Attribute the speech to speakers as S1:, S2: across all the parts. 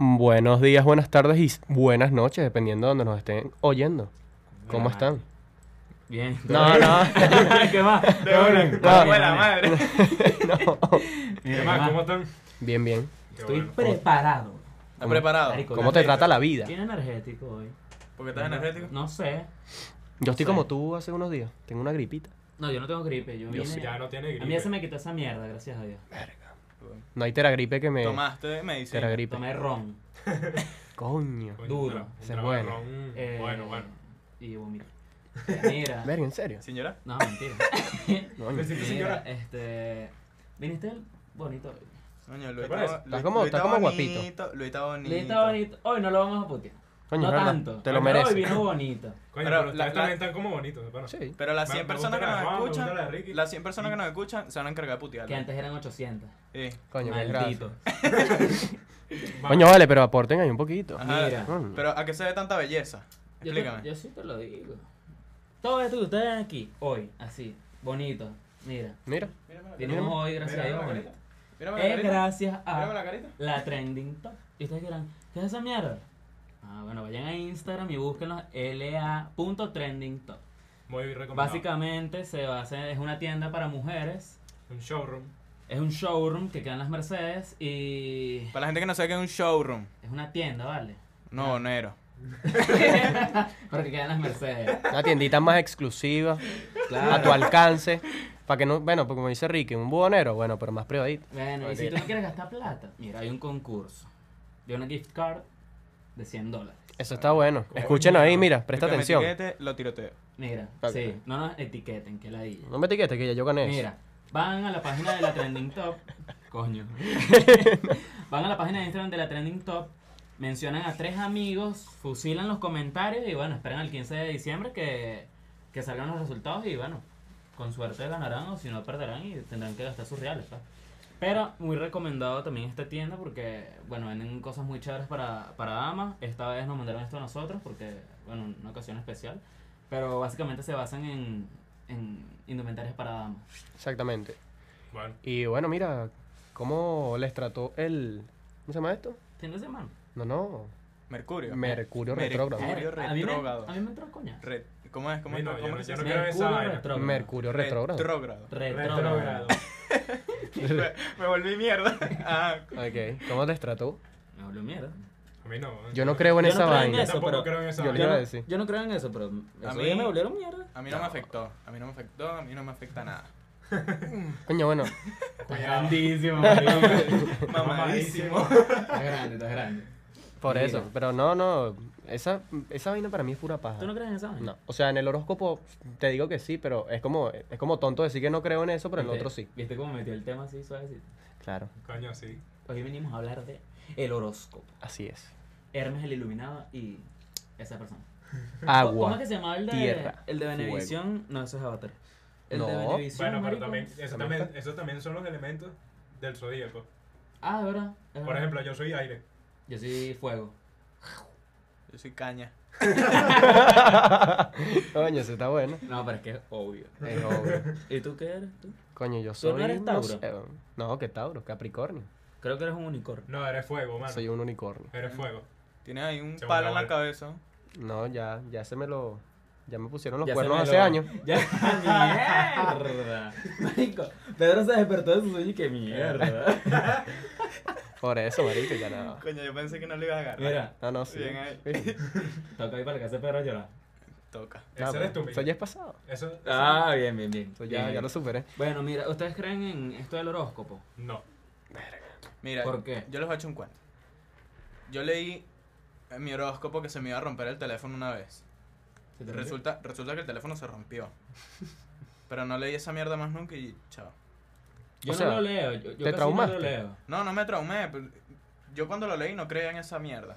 S1: Buenos días, buenas tardes y buenas noches, dependiendo de donde nos estén oyendo. ¿Cómo
S2: Mira,
S1: están?
S2: Bien.
S1: No, no.
S2: ¿Qué más?
S3: De una.
S2: Bien,
S1: No.
S3: Buena
S2: bien.
S3: madre.
S1: No.
S3: ¿Qué
S2: Bien,
S3: más?
S2: bien.
S3: ¿Cómo están?
S1: Bien, bien.
S3: Qué
S2: Estoy
S3: bueno.
S2: preparado.
S3: ¿Estás preparado?
S2: Marico,
S1: ¿Cómo te trata la vida?
S2: Tiene energético hoy.
S3: Porque estás energético.
S2: No sé.
S1: Yo estoy
S2: No sé.
S1: como tú hace unos días. Tengo una gripita.
S2: No, yo no tengo gripe. Yo
S3: Yo
S2: vine...
S3: sí. Ya no tiene
S2: A mí ya se
S3: gripe.
S2: me quitó esa mierda, gracias a Dios.
S1: No hay teragripe
S2: Eh,
S1: que me...
S3: Tomaste medicina.
S1: Teragripe.
S2: Tomé ron.
S1: Coño.
S3: Coño,
S2: Duro.
S3: tra- un
S1: Ese es bueno.
S3: trabajarrón.
S2: eh,
S3: Bueno, bueno.
S2: Y vomité. Mira.
S1: Verga, ¿en serio?
S3: Señora.
S2: No, mentira.
S1: Coño.
S3: Sí, sí,
S2: Mira,
S3: señora.
S2: este... Viniste el bonito. hoy.
S3: Coño, Luis
S1: ¿Te parece?
S3: Luis-
S1: Está como-
S3: Luis
S1: está como
S3: bonito, Luis está bonito.
S2: Le está bonito. Hoy no lo vamos a putear.
S1: Coño,
S2: no
S1: es verdad,
S2: tanto.
S1: Te lo
S2: Pero
S1: mereces.
S2: Hoy vino bonito.
S3: Coño,
S4: Pero
S3: pero,
S4: la-
S3: ustedes
S4: la-
S3: también están como bonitos, de pana.
S1: Sí.
S4: Pero las
S3: Me-
S4: 100
S3: me gusta
S4: personas que
S3: la de
S4: nos
S3: Juan, me gusta
S4: escuchan,
S3: la de Ricky.
S4: las 100 personas que nos escuchan se van a encargar de putear.
S2: Que antes eran 800.
S4: Sí.
S1: Coño, qué
S2: Maldito.
S1: gracia.
S3: Va.
S1: Coño, vale, pero aporten ahí un poquito.
S4: Ajá.
S2: Mira.
S1: Coño.
S4: Pero ¿a qué se ve tanta belleza?
S2: Yo, te-
S4: Explícame.
S2: yo sí te lo digo. Todo esto que ustedes ven aquí, hoy, así, bonito. Mira,
S1: Mira.
S4: Mírame la
S2: tenemos
S1: Mírame.
S2: hoy, gracias a
S4: Mírame
S2: Dios,
S4: la
S2: bonito.
S4: carita. Mírame la
S2: Es
S4: carita.
S2: gracias
S4: Mírame
S2: a
S4: la carita.
S2: la trending top. Y ustedes dirán, ¿qué es esa mierda? Ah, bueno, vayan a Instagram y búsquenlos la.trending top.
S3: Muy recomendado.
S2: Básicamente se basa, es una tienda para mujeres,
S3: Un showroom.
S2: es un showroom que queda en las Mercedes y
S4: Para la gente que no sabe que es un showroom.
S2: es una tienda, ¿vale?
S4: No,
S2: Ah.
S4: onero.
S2: Porque queda en las Mercedes.
S1: Una tiendita más exclusiva, a tu alcance. Para que no, bueno, pues como dice Ricky, un buhonero, bueno, pero más privadito.
S2: Bueno, y si
S1: Vale.
S2: tú no quieres gastar plata, mira, hay un concurso de una gift card de 100 dólares.
S1: Eso está bueno. Escúchenos ahí, mira, presta
S4: Yo que me
S1: atención.
S4: etiquete, lo tiroteo.
S2: Mira,
S1: Ok.
S2: sí, no nos etiqueten, que la di.
S1: No me etiquetes que ya yo gané. eso.
S2: Mira, van a la página de la Trending Top. Coño. van a la página de Instagram de la Trending Top, mencionan a tres amigos, fusilan los comentarios y bueno, esperan al 15 de diciembre que, que salgan los resultados y bueno, con suerte ganarán o si no perderán y tendrán que gastar sus reales, pues. Pero muy recomendado también esta tienda porque, bueno, venden cosas muy chéveres para, para damas. Esta vez nos mandaron esto a nosotros porque, bueno, una ocasión especial. Pero básicamente se basan en, en indumentarias para damas.
S1: Exactamente.
S3: Bueno.
S1: Y bueno, mira, ¿cómo les trató el. ¿Cómo se llama esto?
S2: Fin de semana.
S1: No, no.
S4: Mercurio.
S1: Mercurio
S4: Mer-
S1: retrógrado.
S4: Mer-
S2: Ay, a, mí me,
S4: retrógrado.
S2: a mí me entró coña.
S4: Re- ¿Cómo es? ¿Cómo es?
S3: Mira,
S4: ¿Cómo
S3: yo
S4: es
S3: no-
S4: que se
S3: yo no
S4: dice?
S3: quiero esa vaina.
S2: retrógrado.
S1: Mercurio retrógrado.
S4: Retrógrado.
S2: Retrógrado.
S4: Me- Me volví mierda. Ah,
S1: Ok, ¿cómo les trató?
S2: Me volvió mierda.
S3: A mí no.
S1: Yo no creo en
S2: Yo no
S1: esa
S2: creo en
S1: vaina.
S2: eso,
S3: Tampoco
S2: pero-
S3: creo en esa
S1: yo
S3: vaina.
S1: le iba a decir.
S2: Yo no creo en eso, pero
S4: A
S2: a
S4: mí-
S2: mí me volvieron mierda.
S4: A mí no me afectó. A mí no me afectó. A mí no me afecta nada.
S1: Coño, bueno,
S2: Estás grandísimo, marico.
S4: Mamadísimo.
S2: Estás grande, estás grande.
S1: por
S2: Mira.
S1: eso. Pero no, no. Esa, esa vaina para mí es pura paja.
S2: ¿Tú no crees en esa vaina?
S1: No, o sea, en el horóscopo te digo que sí, pero es como es como tonto decir que no creo en eso, pero en el
S2: ¿Viste-
S1: otro sí.
S2: ¿Viste cómo metió el tema así suavecito?
S1: Claro,
S3: Coño, sí.
S2: Hoy venimos a hablar de el horóscopo.
S1: así es.
S2: Hermes el iluminado y esa persona. ¿Cómo- ¿Cómo es
S1: Agua.
S2: que se llamaba el de,
S1: tierra,
S2: el de Benevisión? No, eso es Avatar. El de
S1: No.
S2: Benevisión.
S3: Bueno, pero
S2: marico.
S3: también, eso
S1: ¿También
S3: también,
S1: está?
S3: eso también son los elementos del zodíaco.
S2: Ah, de verdad. es
S3: Por
S2: verdad.
S3: ejemplo, yo soy aire.
S2: Yo soy fuego.
S4: Yo soy caña.
S1: Coño, eso está bueno.
S2: No, pero es que es obvio.
S1: Es obvio.
S2: ¿Y tú qué eres tú?
S1: Coño, yo
S2: ¿Tú
S1: soy.
S2: no eres
S1: no
S2: Tauro?
S1: sé, weón. No, que Tauro, Capricornio.
S2: Creo que eres un unicornio.
S3: No, eres fuego, mano.
S1: Soy un unicornio.
S3: Eres fuego.
S4: Tienes ahí un
S3: Segunda
S4: palo en la
S3: hora.
S4: cabeza.
S1: No, ya, ya se me lo. Ya me pusieron los
S2: Ya se
S1: cuernos
S2: me
S1: hace
S2: lo-
S1: años.
S2: Ya, mierda. Marico, Pedro se despertó de su sueño y qué mierda.
S1: Por eso, marico, ya nada.
S4: Coño, yo pensé que no le iba a agarrar.
S2: Mira,
S1: No, no, sí.
S4: Bien
S2: eh.
S4: ahí.
S1: Sí.
S2: toca ir para la casa de Pedro a llorar.
S4: Toca.
S1: No,
S3: Eso eres tú,
S1: pero Eso ya
S3: Miguel.
S1: es pasado.
S3: Eso.
S2: Ah, bien, bien, bien.
S1: Eso Pues ya,
S2: Bien.
S1: ya lo superé.
S2: Bueno, mira, ¿ustedes creen en esto del horóscopo?
S3: No.
S4: Mira,
S2: ¿Por qué?
S4: yo les voy a echar un cuento. Yo leí en mi horóscopo que se me iba a romper el teléfono una vez. Resulta, resulta que el teléfono se rompió. Pero no leí esa mierda más nunca y chao.
S2: Yo
S1: O
S2: no
S1: sea,
S2: lo leo. Yo, yo
S1: ¿te
S2: casi
S1: traumaste?
S2: No lo leo.
S4: No, no me traumé. pero Yo cuando lo leí no creía en esa mierda.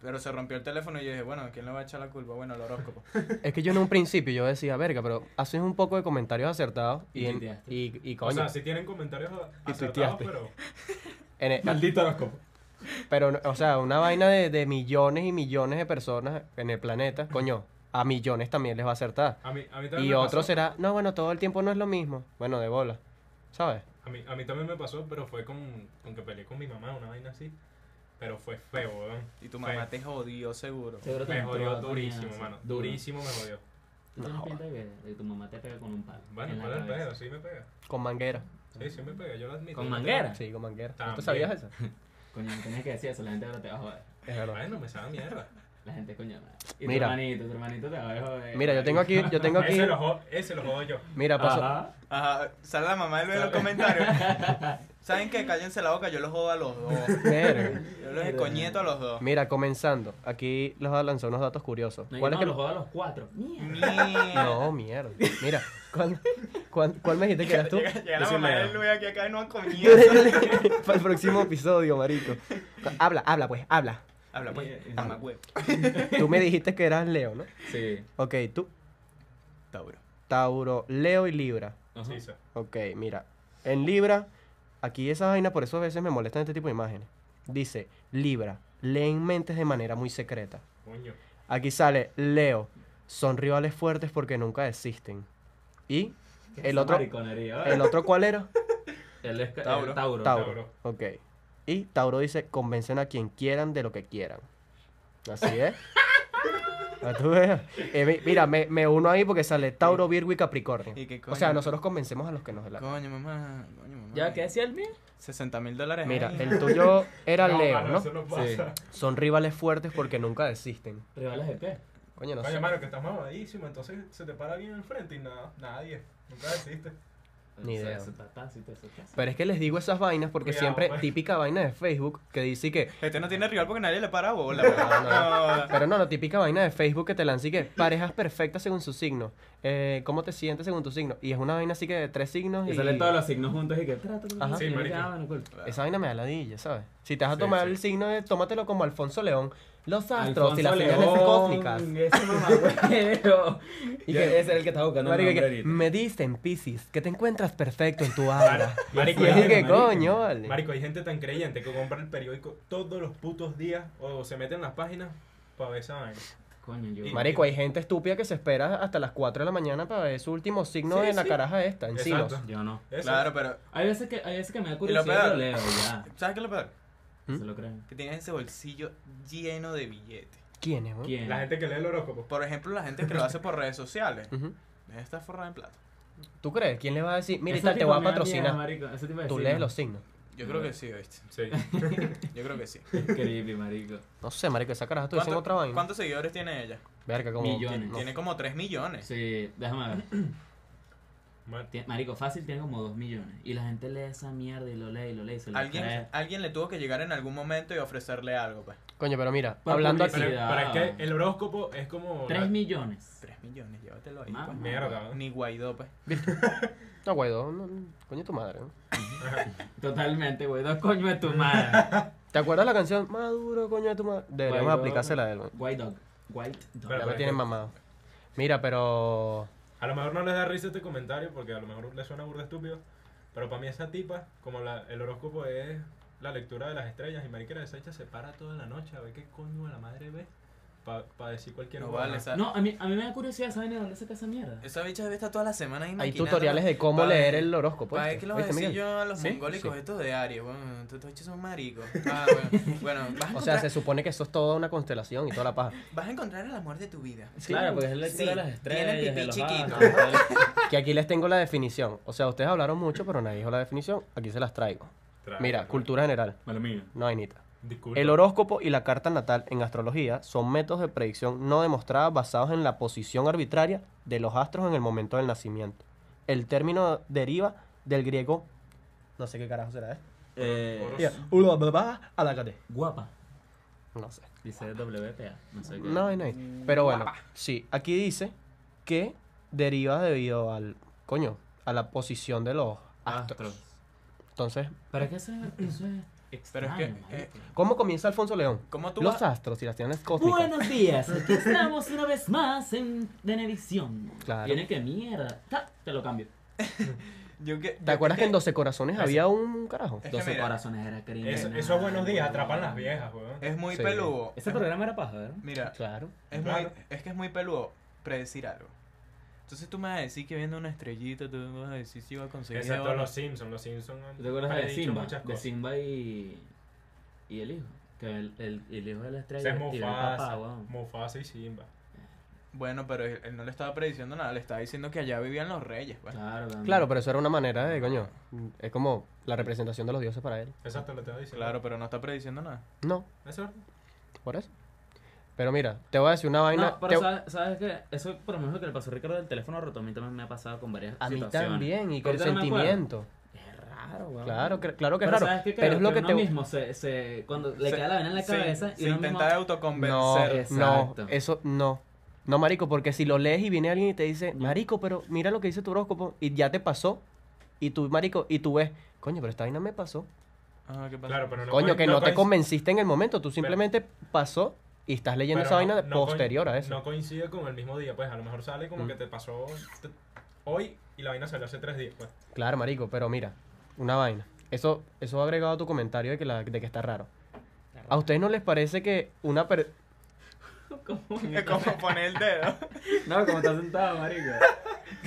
S4: Pero se rompió el teléfono y yo dije, bueno, ¿quién le va a echar la culpa? Bueno, el horóscopo.
S1: Es que yo en un principio yo decía, verga, pero haces un poco de comentarios acertados y,
S2: Y
S1: en-
S2: tuiteaste.
S1: y, y
S3: O
S1: coño.
S3: sea, sí tienen comentarios acertados,
S1: tuiteaste.
S3: pero.
S1: en el-
S2: Maldito horóscopo.
S1: Pero, o sea, una vaina de, de millones y millones de personas en el planeta, coño, a millones también les va a acertar.
S3: A mí, a mí también
S1: Y
S3: me
S1: otro
S3: pasó.
S1: será, no, bueno, todo el tiempo no es lo mismo. Bueno, de bola, ¿sabes?
S3: A mí, a mí también me pasó, pero fue con, con que peleé con mi mamá, una vaina así. pero fue feo, weón.
S4: Y tu mamá
S3: Feo.
S4: te jodió seguro.
S2: Seguro te
S3: Me
S2: entró
S3: jodió
S2: Bad Bunny,
S3: durísimo,
S2: así,
S3: mano.
S2: duro.
S3: Durísimo me jodió.
S2: Tú tienes
S1: No.
S2: pinta de que de tu mamá te pega con un palo.
S3: Bueno,
S2: en la
S3: ¿cuál es el
S2: cabeza.
S3: pedo? Sí me pega.
S1: Con manguera.
S3: Sí, sí me pega, yo lo admito.
S2: ¿Con
S3: Yo
S2: manguera?
S1: Sí, con manguera. ¿No te
S3: También.
S1: sabías eso?
S2: Coño, no tenías que decir eso, la gente ahora te va a joder.
S1: Es
S3: tengo-
S1: verdad.
S3: Ay, no me sabe mierda.
S2: La gente, coño, madre. Y
S1: Mira.
S2: tu hermanito, tu hermanito te va a joder.
S1: Mira, yo tengo aquí, yo tengo aquí.
S3: Ese lo, jo- ese lo jodo yo.
S1: Mira, pasó.
S2: Ajá.
S4: Ajá, sale la mamá del bebé en los comentarios. ¿Saben qué? Cállense la boca, yo los jodo a los dos.
S1: Verga.
S4: Yo los escoñeto a los dos.
S1: Mira, comenzando. Aquí les voy a lanzar unos datos curiosos.
S2: No, yo
S1: ¿Cuál
S2: no,
S1: es que
S2: los jodo a los cuatro. Mierda.
S4: No.
S1: No, mierda. Mira, ¿cuál, cuál, cuál me dijiste que eras tú?
S4: Llega, llega la
S3: Yo soy
S4: mamá
S3: Leo.
S4: del bebé aquí acá y no ha comido.
S1: Para el próximo episodio, marico. Habla, habla, pues, habla.
S4: Habla pues,
S2: Eh,
S4: mamá
S2: eh.
S4: huevo.
S1: Tú me dijiste que eras Leo, ¿no?
S2: Sí.
S1: Ok, tú.
S4: Tauro.
S1: Tauro, Leo y Libra.
S2: Ajá.
S3: Sí, sí.
S1: Ok, mira. En Libra, aquí esa vaina, por eso a veces me molestan este tipo de imágenes. Dice, Libra, leen mentes de manera muy secreta.
S3: Coño.
S1: Aquí sale, Leo, son rivales fuertes porque nunca existen. Y
S2: ¿Qué es
S1: El
S2: esa
S1: otro-
S2: mariconería,
S1: el
S2: vale?
S1: otro, ¿cuál era?
S2: Él es ca-
S4: Tauro.
S2: el Tauro.
S1: Tauro.
S3: Tauro.
S1: Ok. Y Tauro dice, convencen a quien quieran de lo que quieran. Así es. Para tú veas. Eh, mi- mira, me, me uno ahí porque sale Tauro, Virgo y Capricornio.
S4: ¿Y qué
S1: O sea,
S4: coño?
S1: nosotros convencemos a los que nos la...
S4: Coño, mamá. Coño, mamá.
S2: ¿Ya qué decía el mío?
S4: 60 mil dólares.
S1: Mira,
S4: ahí.
S1: el tuyo era Leo,
S3: mano,
S1: ¿no?
S3: Eso no pasa.
S1: Son rivales fuertes porque nunca desisten.
S2: ¿Rivales de qué?
S1: Coño, no
S3: Coño,
S1: sé.
S3: mano, que estás mamadísimo, entonces se te para bien enfrente y nada, nadie. Nunca existe.
S1: Ni idea.
S2: Eso está tácito, eso está tácito.
S1: Pero es que les digo esas vainas porque
S3: Cuidado,
S1: siempre,
S3: pues.
S1: típica vaina de Facebook, que dice que...
S4: Este no tiene rival porque nadie le para bola.
S1: No,
S4: No.
S1: Pero no, la típica vaina de Facebook que te lanza y que parejas perfectas según su signo. Eh, ¿Cómo te sientes según tu signo? Y es una vaina así que de tres signos y...
S2: Y salen todos los signos juntos y "Ah, que trato.
S1: Ajá.
S3: Sí, marico.
S1: Esa vaina me da ladilla, ¿sabes? Si te vas a
S3: Sí,
S1: tomar
S3: sí.
S1: el signo de tómatelo como Alfonso León, los astros y las señales
S2: León,
S1: cósmicas.
S2: Ese mamagüero.
S1: Y
S2: y
S1: que-
S2: que ese era el que está buscando.
S1: Marico, y
S2: el
S1: que,
S2: nombre ahorita.
S1: me dicen, Piscis, que te encuentras perfecto en tu aura.
S3: Marico,
S1: y es
S3: hay-
S1: que,
S2: marico.
S1: coño, vale.
S3: Marico, hay gente tan creyente que compra el periódico todos los putos días o se mete en las páginas para ver esa vaina.
S2: Coño, yo.
S3: Y-
S1: Marico, hay gente estúpida que se espera hasta las 4 de la mañana para ver su último signo
S3: Sí,
S1: en la
S3: sí.
S1: caraja esta, en
S3: Exacto.
S1: signos.
S2: Yo no.
S3: Eso.
S4: Claro, pero.
S2: Hay veces que, hay veces que me da curiosidad y lo
S4: peor.
S2: leo ya.
S4: ¿Sabes qué es lo peor?
S1: ¿Mm?
S2: Se lo creen.
S4: Que tienes ese bolsillo lleno de billetes.
S1: ¿Quién es, weón?
S2: ¿Quién?
S3: La gente que lee el horóscopo.
S4: Por ejemplo, la gente que lo hace por redes sociales.
S1: Ujú.
S4: Está forrada en plata.
S1: ¿Tú crees? ¿Quién le va a decir, mira,
S2: Ese
S1: tal, te
S2: tipo
S1: voy a
S2: me da miedo,
S1: patrocinar?
S2: marico, ese tipo de
S1: Tú
S2: signos.
S1: lees los signos.
S4: Yo creo que sí, ¿viste?
S3: Sí.
S4: Yo creo que sí.
S2: Creepy, marico.
S1: No sé, marico, esa caraja estuviese en
S4: ¿Cuánto-
S1: otra vaina.
S4: ¿Cuántos seguidores tiene ella?
S1: Verga, como...
S2: Millones.
S1: no
S4: Tiene como 3 millones.
S2: Sí, déjame ver.
S3: Man,
S2: Tien- marico, fácil tiene como 2 millones. Y la gente lee esa mierda y lo lee y lo lee y se lo
S4: Alguien,
S2: cree.
S4: alguien le tuvo que llegar en algún momento y ofrecerle algo, pues.
S1: Coño, pero mira,
S2: Por
S1: hablando aquí...
S3: pero,
S2: publicidad.
S3: pero es que el horóscopo es como.
S2: 3
S3: la-
S2: millones.
S4: 3 millones, llévatelo ahí,
S2: Mamá.
S4: pues.
S3: Mierda. ¿no?
S4: Ni Guaidó, pues.
S1: No, Guaidó, no, no, coño tu madre. ¿no?
S2: Totalmente, güey. Dos coño de tu madre.
S1: ¿Te acuerdas la canción Maduro, coño de tu madre? Deberíamos
S2: Guaidó.
S1: aplicársela a él. weón.
S2: White dog. White dog.
S1: Ya
S3: Pero-
S1: me tienen mamado. Mira, pero...
S3: A lo mejor no les da risa este comentario porque a lo mejor les suena burda estúpido. Pero para mí, esa tipa, como la- el horóscopo es la lectura de las estrellas y Mariquera esa hecha se para toda la noche a ver qué coño a la madre ve para decir cualquier
S4: No
S3: huevada.
S4: vale, esa,
S2: No, a mí, a mí me da curiosidad saber de dónde saca esa mierda.
S4: esa bicha debe estar toda la semana ahí
S1: Hay
S4: maquinando.
S1: tutoriales de cómo
S4: Pa'
S1: leer
S4: ver-
S1: el horóscopo.
S4: Pa' ver
S1: ¿viste?
S4: qué lo voy a
S1: ¿Viste,
S4: decir
S1: Miguel?
S4: yo a los
S1: ¿Sí?
S4: mongólicos
S1: Sí.
S4: estos de Aries? Bueno, estos bichos son maricos. Ah, bueno. Bueno, vas a,
S1: O sea,
S4: encontrar,
S1: se supone que eso es toda una constelación y toda la paja.
S4: vas a encontrar el amor de tu vida.
S1: Sí.
S2: Claro, porque es la lectura
S4: Sí,
S2: de las estrellas.
S4: tiene pipí
S2: de los
S4: chiquito.
S2: astros,
S1: Que aquí les tengo la definición. O sea, ustedes hablaron mucho, pero nadie dijo la definición. Aquí se las traigo.
S3: Tra-
S1: Mira, cultura general.
S2: Malo mío.
S1: No hay nita.
S3: Disculpa.
S1: El horóscopo y la carta natal en astrología son métodos de predicción no demostrada basados en la posición arbitraria de los astros en el momento del nacimiento. El término deriva del griego. No sé qué carajo será, ¿eh?
S2: Eh,
S3: Horos-
S1: Ula, bla, bla, alágate.
S2: guapa.
S1: No sé.
S2: Dice WPA. No sé qué.
S1: No, no, no. Pero bueno, sí, aquí dice que deriva debido al. Coño, a la posición de los astros.
S2: Astros.
S1: Entonces,
S2: ¿Para qué eso es, eso es extraño,
S4: que,
S2: marico?
S4: eh,
S1: ¿cómo comienza Alfonso León?
S4: ¿Cómo tú
S1: Los
S4: vas-
S1: astros y las tiendas cósmicas.
S2: Buenos días, aquí estamos una vez más en Benedicción.
S1: Claro.
S2: Viene que mierda. Ta, te lo cambio.
S4: Yo que- yo
S1: ¿Te acuerdas que en
S4: que-
S1: 12 corazones había un carajo?
S4: Es que
S2: 12
S4: mira,
S2: corazones era cringe.
S3: Eso,
S2: nada,
S3: esos buenos días
S2: weón.
S3: atrapan las viejas, weón.
S4: Es muy
S1: Sí.
S4: peludo.
S2: Ese programa era paja, ¿verdad?
S4: Mira,
S1: Claro.
S4: es,
S3: Claro.
S4: muy, es que es muy peludo predecir algo. Entonces tú me vas a decir que viendo una estrellita, tú me vas a decir si iba a conseguir.
S3: Exacto,
S4: o no.
S3: los Simpsons. Los Simpsons han
S2: ¿Te acuerdas de
S3: predicho
S2: Simba?
S3: muchas
S2: De
S3: cosas.
S2: Simba y. y el hijo. Que el, el, el hijo de la
S3: Ese
S2: estrella
S3: es
S2: y el papá,
S3: Mufasa.
S2: weón.
S3: Mufasa y Simba.
S4: Bueno, pero él, él no le estaba prediciendo nada, le estaba diciendo que allá vivían los reyes. pues.
S2: Claro, weón.
S1: Claro, pero eso era una manera de, coño, es como la representación de los dioses para él.
S3: Exacto, lo estaba diciendo.
S4: Claro, pero no está prediciendo nada.
S1: No,
S3: Eso
S1: por eso. Pero mira, te voy a decir una vaina...
S2: No, pero
S1: te-
S2: sabes, sabes que eso por lo menos lo que le pasó a Ricardo del teléfono roto, a mí también me ha pasado con varias
S1: A mí
S2: situaciones.
S1: también, y con
S2: Ahorita no me acuerdo.
S1: sentimiento.
S2: Es raro, weón.
S1: Claro, cre- claro que
S2: Pero
S1: es raro.
S2: ¿sabes qué?
S1: pero
S2: Creo
S1: es lo
S2: que
S1: que,
S2: uno
S1: te...
S2: mismo se, se- cuando le
S4: Se-
S2: queda la vena en la
S4: se-
S2: cabeza
S4: Se,
S2: y uno
S4: intenta
S2: mismo-
S1: No,
S4: autoconvencer.
S1: no,
S2: Exacto.
S1: eso no. No, marico, porque si lo lees y viene alguien y te dice, marico, pero mira lo que dice tu horóscopo y ya te pasó. Y tú, marico, y tú ves, coño, pero esta vaina me pasó.
S4: Ah, ¿qué pasa?
S3: Claro, pero no
S1: coño,
S3: coin-
S1: que no, te
S3: coinc-
S1: convenciste en el momento, tú simplemente pasó y estás leyendo
S3: pero
S1: esa
S3: no-
S1: vaina de-
S3: no coin-
S1: posterior a eso.
S3: No coincide con el mismo día, pues a lo mejor sale como
S1: Mm.
S3: que te pasó t- hoy y la vaina salió hace tres días, pues.
S1: Claro, marico, pero mira, una vaina. Eso, eso ha agregado a tu comentario de que, la, de que está raro. ¿A ustedes no les parece que una per-
S2: ¿Cómo?
S4: Es como poner el dedo.
S2: No, como está sentado, marico.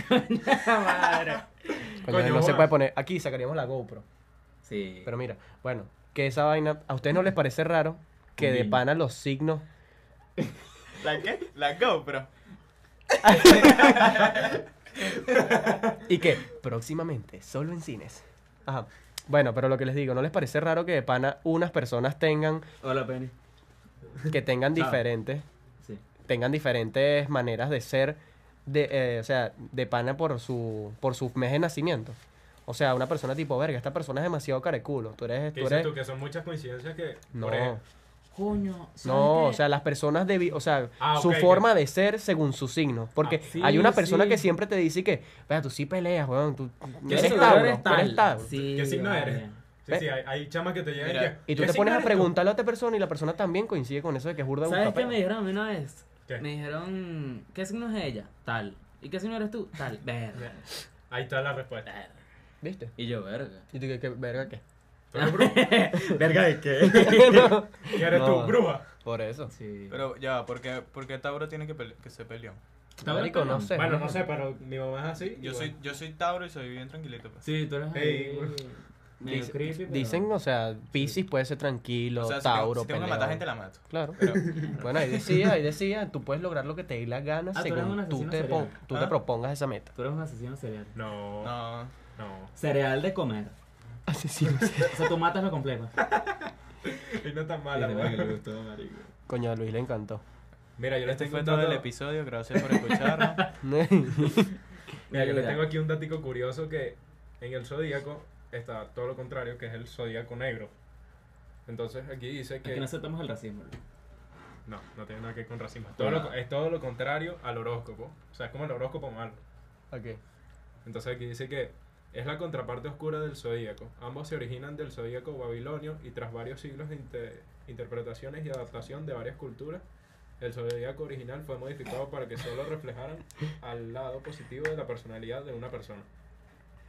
S2: Coño, madre.
S1: Coño,
S3: Coño,
S1: no se
S3: bueno.
S1: puede poner. Aquí sacaríamos la GoPro.
S2: Sí.
S1: Pero mira, bueno, que esa vaina. ¿A ustedes no les parece raro que de
S2: Mm.
S1: pana los signos.
S4: ¿La qué? La GoPro.
S1: Y que próximamente, solo en cines. Ajá. Bueno, pero lo que les digo, ¿no les parece raro que de pana unas personas tengan.
S2: Hola, Penny.
S1: Que tengan
S2: Claro.
S1: diferentes.
S2: Sí.
S1: Tengan diferentes maneras de ser. De, eh, o sea, de pana por su, por su mes de nacimiento. O sea, una persona tipo, verga, esta persona es demasiado careculo. Tú eres.
S3: Que
S1: Tú
S3: dices
S1: eres
S3: tú que son muchas coincidencias que.
S1: no.
S3: por ejemplo,
S2: Coño.
S1: No, o sea, las personas de, o sea,
S3: Ah,
S1: su
S3: ok,
S1: forma de ser según su signo, porque
S2: Ah, sí,
S1: hay una persona
S2: sí.
S1: que siempre te dice que, "Vea, tú sí peleas, weón, tú tú
S2: ¿Qué
S1: eres
S2: signo
S1: Tauro,
S2: eres
S1: tú eres Tauro".
S2: Sí,
S3: ¿Qué signo
S2: vale.
S3: eres? Sí,
S1: ¿Eh?
S3: sí, hay, hay chamas que te llegan
S4: Mira,
S3: que.
S1: Y tú
S4: ¿Qué
S1: te
S4: signo
S1: pones a
S4: eres tú?
S1: preguntarle a otra persona y la persona también coincide con eso de que es burda de
S2: ¿Sabes
S1: busca
S2: qué me
S1: peo.
S2: dijeron a mí una vez?
S3: ¿Qué?
S2: Me dijeron, ¿qué signo es ella? Tal. ¿Y qué signo eres tú? Tal. Verga.
S3: Ahí está la respuesta.
S2: Verga.
S1: ¿Viste?
S2: Y yo, verga.
S1: Y tú que que verga qué.
S3: Pero, bru-
S2: ¿Verga de qué?
S1: No,
S3: ¿Qué eres
S1: No.
S3: tú, bruja?
S1: Por eso.
S2: Sí.
S4: Pero ya, va, ¿por qué, por qué Tauro tiene que, pele- que ser peleón?
S1: Marico, no sé.
S3: Bueno, no sé, pero mi mamá es así. y
S4: Yo soy,
S3: bueno.
S4: yo soy Tauro y soy bien tranquilito. pues.
S2: Sí, tú eres
S3: Ey,
S2: ahí,
S3: güey.
S2: medio
S1: Dice-
S2: creepy, pero-
S1: Dicen, o sea, Piscis puede ser tranquilo,
S4: O sea, si tengo-
S1: Tauro,
S4: si tengo, que
S1: peleón.
S4: matar gente, la mato.
S1: Claro.
S4: Pero-
S1: Bueno, ahí decía, ahí decía, tú puedes lograr lo que te dé la gana
S2: Ah, tú eres un
S1: según tú
S2: asesino
S1: te,
S2: serial.
S1: pon- tú
S4: Ah.
S1: te propongas esa meta.
S2: Tú eres un asesino serial.
S3: No, no.
S4: no.
S2: Cereal de comer.
S1: Asesino
S2: O sea, tú matas lo completo.
S3: Y no tan mala, weón.
S1: Coño, a Luis le encantó.
S3: Mira, yo les
S4: Este
S3: tengo
S4: fue
S3: un
S4: todo el
S3: dato.
S4: episodio, gracias por escucharnos.
S3: Mira, yo les
S2: Ya.
S3: tengo aquí un datico curioso que en el zodíaco está todo lo contrario, que es el zodíaco negro. Entonces aquí dice que.
S2: Aquí no aceptamos el racismo. bro.
S3: No, no tiene nada que ver con racismo. Todo lo- es todo lo contrario al horóscopo. O sea, es como el horóscopo malo.
S1: Ok.
S3: Entonces aquí dice que es la contraparte oscura del zodíaco. Ambos se originan del zodíaco babilonio y tras varios siglos de inte- interpretaciones y adaptación de varias culturas, el zodíaco original fue modificado para que solo reflejaran al lado positivo de la personalidad de una persona.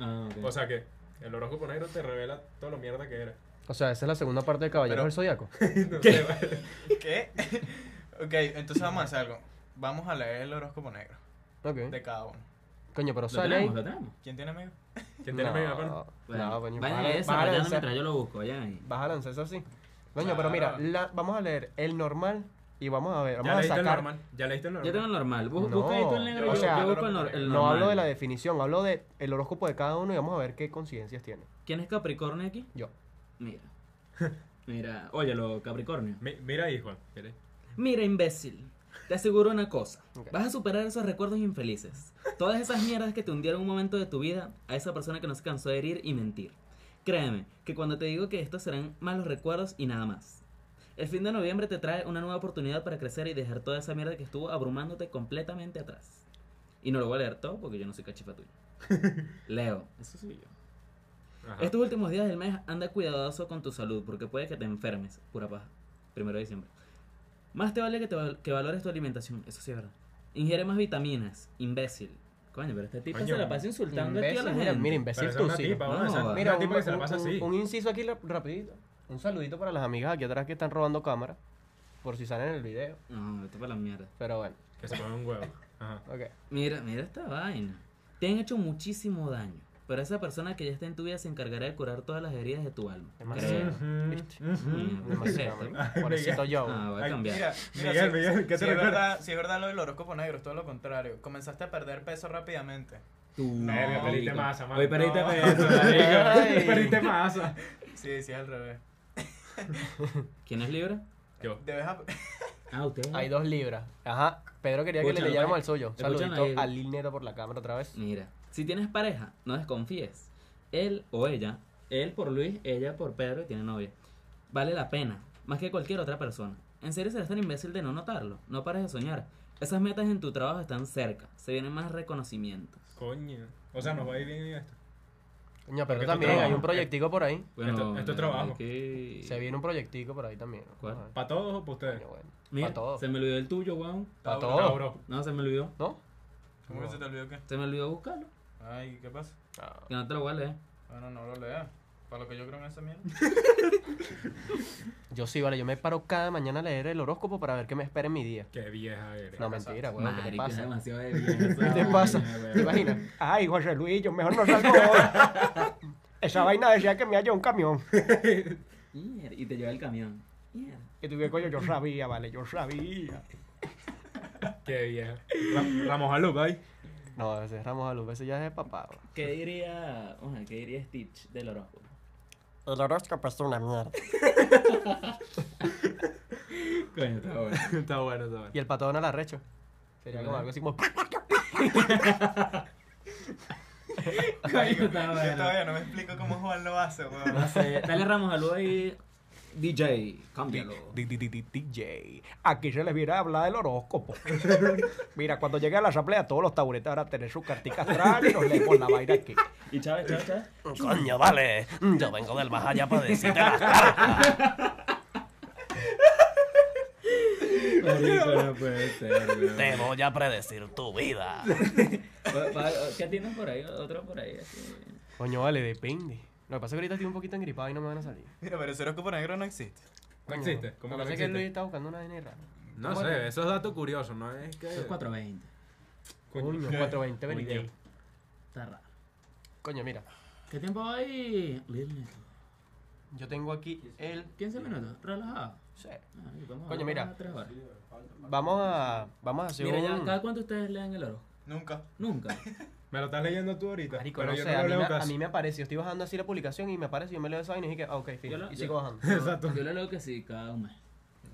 S2: Ah, ok.
S3: O sea que el horóscopo negro te revela todo lo mierda que eres.
S1: O sea, esa es la segunda parte de Caballero
S4: Pero-
S1: del Zodíaco.
S3: No sé, vale.
S4: ¿Qué? ok, entonces vamos a hacer algo. Vamos a leer el horóscopo negro
S1: Ok.
S4: de cada uno.
S1: Coño, pero
S2: lo
S1: sale ahí.
S2: tenemos, lo tenemos.
S4: ¿Quién tiene amigo?
S3: ¿Quién tiene medio afán?
S1: No,
S2: Bueno,
S1: no, coño.
S2: vayan
S1: vas a- vas a
S2: ahí desarrollando
S1: lanzar-
S2: mientras yo lo busco, vayan ahí.
S1: Vas a lanzar eso así. Coño, pero mira,
S4: Claro.
S1: la- vamos a leer el normal y vamos a ver.
S3: Ya
S1: Vamos a
S3: leíste el
S1: sacar.
S3: normal. Ya leíste el normal.
S2: Yo tengo el normal. Bu-
S1: No.
S2: Busca ahí tú el negro,
S1: O
S2: yo,
S1: sea,
S2: yo busco el, nor- el normal.
S1: No hablo de la definición, hablo del el horóscopo de cada uno y vamos a ver qué coincidencias tiene.
S2: ¿Quién es Capricornio aquí?
S1: Yo.
S2: Mira. Mira, óyelo, Capricornio.
S3: Mi- mira ahí, Juan. Mira ahí.
S2: Mira, imbécil. Te aseguro una cosa.
S1: Ok.
S2: Vas a superar esos recuerdos infelices. Todas esas mierdas que te hundieron un momento de tu vida a esa persona que no se cansó de herir y mentir. Créeme, que cuando te digo que estos serán malos recuerdos y nada más. El fin de noviembre te trae una nueva oportunidad para crecer y dejar toda esa mierda que estuvo abrumándote completamente atrás. Y no lo voy a leer todo porque yo no soy cachifa tuya. Leo. Eso soy yo.
S3: Ajá.
S2: Estos últimos días del mes anda cuidadoso con tu salud porque puede que te enfermes. Pura paja. Primero de diciembre. Más te vale que, te val- que valores tu alimentación. Eso sí es verdad. Ingiere más vitaminas. Imbécil. Coño, pero este tipo
S3: Coño,
S2: se la pasa insultando aquí a
S1: Imbécil,
S2: la gente.
S1: mira, mira,
S3: Pero
S1: imbécil
S3: esa es
S1: tú
S3: una
S1: sí.
S3: tipa, ¿no?
S2: No,
S3: Esa es
S2: vale.
S1: Mira,
S3: una
S1: un,
S3: tipa que se la
S1: un-
S3: pasa así.
S1: un inciso aquí la- rapidito. Un saludito para las amigas aquí atrás que están robando cámara. Por si salen en el video.
S2: No, vete para la mierda.
S1: Pero bueno,
S3: Que se pone un huevo. Ajá.
S1: ok.
S2: Mira, mira esta vaina. Te han hecho muchísimo daño. Pero esa persona que ya está en tu vida se encargará de curar todas las heridas de tu alma.
S1: Demasiado.
S2: Creo.
S3: Ujú,
S1: ¿Viste?
S3: ujú.
S1: Demasiado. Pobrecito yo.
S2: Mm. Ah, va a
S3: Ay,
S2: cambiar.
S4: Mira, mira,
S3: Miguel,
S4: si,
S3: Miguel, ¿qué te
S4: si es
S3: recuerda?
S4: verdad, si es verdad lo del horóscopo negro, es todo lo contrario. Comenzaste a perder peso rápidamente.
S2: Tú.
S3: Verga, perdiste
S2: marico.
S3: masa, mano.
S2: Hoy perdiste
S4: No.
S2: peso.
S1: Ay.
S3: marico. Perdiste masa.
S4: Sí, sí, al revés.
S2: ¿Quién es libre?
S3: Yo.
S4: Debes ap-
S2: Ah, usted.
S1: Hay dos libras. Ajá. Pedro quería que
S2: Escúchalo,
S1: le leyéramos
S2: vale.
S1: al suyo.
S2: Escúchalo ahí.
S1: Saludito a Lil Neto por la cámara otra vez.
S2: Mira, si tienes pareja, no desconfíes. Él o ella, él por Luis, ella por Pedro y tiene novia. Vale la pena, más que cualquier otra persona. ¿En serio serás tan imbécil de no notarlo? No pares de soñar. Esas metas en tu trabajo están cerca. Se vienen más reconocimientos.
S3: Coño. O sea, nos va a ir bien en esto.
S1: Coño,
S3: Porque
S1: Pedro
S3: esto
S1: también.
S3: trabaja.
S1: Hay un proyectico por ahí.
S3: Esto- esto es trabajo.
S2: aquí-
S1: Se viene un proyectico por ahí también.
S2: ¿Cuál?
S1: Vamos a ver.
S3: ¿Para todos o para ustedes?
S1: Coño, bueno.
S2: Mira,
S1: Pa' todo.
S2: se me olvidó el tuyo, weón.
S1: Para
S4: Tauro,
S1: todos.
S3: Tauro.
S2: No, se me olvidó.
S1: ¿No?
S4: ¿Cómo que se te olvidó qué?
S2: Se me olvidó buscarlo.
S4: Ay, ¿qué pasa?
S1: Ah.
S2: Que no te lo voy a leer.
S4: Bueno, no lo leas. Para lo que yo creo en esa mierda.
S1: Yo sí, vale. Yo me paro cada mañana a leer el horóscopo para ver qué me espera en mi día.
S3: Qué vieja eres.
S1: No, mentira, weón. ¿Qué te
S2: Marico, es
S1: pasa?
S2: demasiado de bien esa
S1: ¿Qué te
S2: vaina,
S1: pasa?
S2: weón.
S1: ¿Te imaginas? Ay, José Luis, yo mejor no salgo hoy. Esa vaina decía que me haya un camión.
S2: Mier- Y te lleva el camión. Mier.
S1: Y tú, que coño, yo sabía, vale, yo sabía.
S3: Qué vieja. Ra- Ramos Alup ahí.
S1: No, ese es Ramos Alú, ese ya es papá. weón.
S2: ¿Qué diría, oja, ¿qué diría Stitch del horóscopo?
S1: El horóscopo es una mierda.
S2: Coño, está bueno.
S3: Está bueno, está bueno.
S1: Y el pato Donald arrecho. Sería como algo así como.
S2: Coño,
S4: Marico,
S2: está
S4: Yo
S2: bueno.
S4: todavía no me explico cómo Juan lo hace,
S2: No
S4: weón.
S2: sé, dale Ramos a Lua y DJ, cámbialo.
S1: Di- di- di- di- DJ, aquí se les viene a hablar del horóscopo. Mira, cuando llegue a la asamblea, todos los tauretes van a tener sus carticas astral y nos leemos la vaina aquí.
S2: ¿Y Chávez, Chávez, Chávez?
S1: Coño, vale, yo vengo del más allá para decirte las
S2: Marico, no puede ser, weón.
S5: Te voy a predecir tu vida.
S2: Pa- pa- ¿Qué tienes por ahí? Otro por ahí. así.
S1: Coño, vale, depende. Lo que pasa es que ahorita estoy un poquito engripado y no me van a salir.
S4: Mira, pero ese horóscopo negro no existe.
S3: No
S1: Coño,
S3: existe. ¿Cómo
S1: Lo que pasa
S3: que no
S1: es que Luis
S3: existe?
S1: está buscando una vaina rara.
S3: No sé, eso es dato curioso, ¿no? Es que.
S2: Eso es 420.
S1: Coño,
S3: Coño.
S1: 420 Benidorm.
S2: Está raro.
S1: Coño, mira,
S2: ¿Qué tiempo va ahí? Little Nito.
S1: yo tengo aquí el.
S2: 15 minutos, relajado.
S1: Sí.
S2: Marico, vamos a
S1: Coño,
S2: hablar
S1: mira.
S2: tres horas.
S1: Vamos a. Vamos a hacer
S2: Mira, ya,
S1: un.
S2: ¿cada cuánto ustedes leen el horóscopo?
S4: Nunca.
S2: Nunca.
S3: Me lo estás leyendo tú ahorita.
S1: Marico,
S3: pero
S1: no
S3: yo
S1: sé, a,
S3: no
S1: mí
S3: le
S1: me,
S3: leo
S1: a
S3: caso.
S1: mí me aparece. Yo estoy bajando así la publicación y me aparece. Yo me leo esa vaina y dije, ah, ok, fino,
S2: Yo lo-
S1: y
S2: yo-
S1: sigo bajando.
S3: Exacto.
S2: Yo lo leo que sí, cada un mes.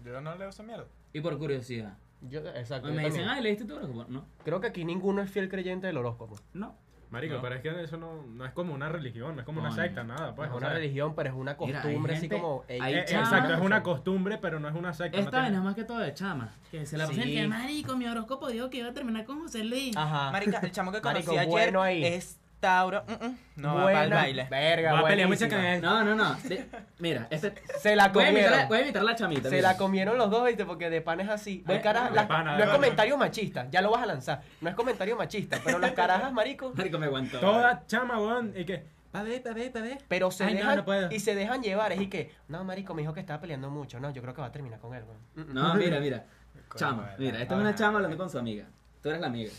S4: Yo no leo esa mierda.
S2: Y por curiosidad.
S1: Yo, exacto.
S3: Pues
S2: Me
S1: yo
S2: dicen,
S3: "Ah".
S1: también.
S2: ay, ¿leíste tu horóscopo? No.
S1: Creo que aquí ninguno es fiel creyente del horóscopo.
S2: No.
S3: Marico,
S2: No.
S3: pero es que eso no, no es como una religión, no es como
S2: No,
S3: una
S2: no.
S3: secta, nada. Pues,
S1: es
S3: o
S1: una
S3: sea,
S1: religión, pero es una
S2: Mira, hay
S1: costumbre así
S2: gente-
S1: como. "Ey,
S2: hay
S3: eh,
S1: eh,
S2: chamas-
S3: exacto, es una costumbre, pero no es una secta. no
S2: Esta vaina es
S3: tiene-
S2: más que todo de chama. Que se la
S1: Sí. Ah.
S2: presenta que marico, mi horóscopo dijo que iba a terminar con José Luis.
S1: Ajá.
S4: Marica, el chamo que conocí
S1: Marico,
S4: ayer
S1: bueno ahí.
S4: es Tauro. Mm, mm. No va para el
S1: Buena-
S4: baile.
S1: Verga,
S3: Va a pelear
S1: buenísima.
S3: mucho con él.
S2: No, no, no. De- mira, este.
S1: Se la
S2: Voy a, imitar
S1: comieron.
S2: la, voy a imitar la chamita.
S1: Se
S2: mira.
S1: la comieron los dos, ¿viste? Porque de pan es así. Hay
S2: Eh,
S1: caras-
S3: de
S1: las-
S3: pana, de
S1: no es
S3: pana.
S1: comentario machista, ya lo vas a lanzar. No es comentario machista, pero las carajas, marico.
S2: Marico me aguantó.
S3: Toda chama, weón, y que. Pa' ver, pa' ver, pa' ver.
S1: Pero se
S3: Ay, no,
S1: dejan
S3: no puedo.
S1: y se dejan llevar. Es y que, no, marico, me dijo que estaba peleando mucho. No, yo creo que va a terminar con él, güey. Mm,
S2: No, mira, mira.
S4: Coño,
S2: Chama,
S4: madre.
S2: mira, esta es
S4: Ah.
S2: una chama hablando con su amiga. Tú eres la amiga.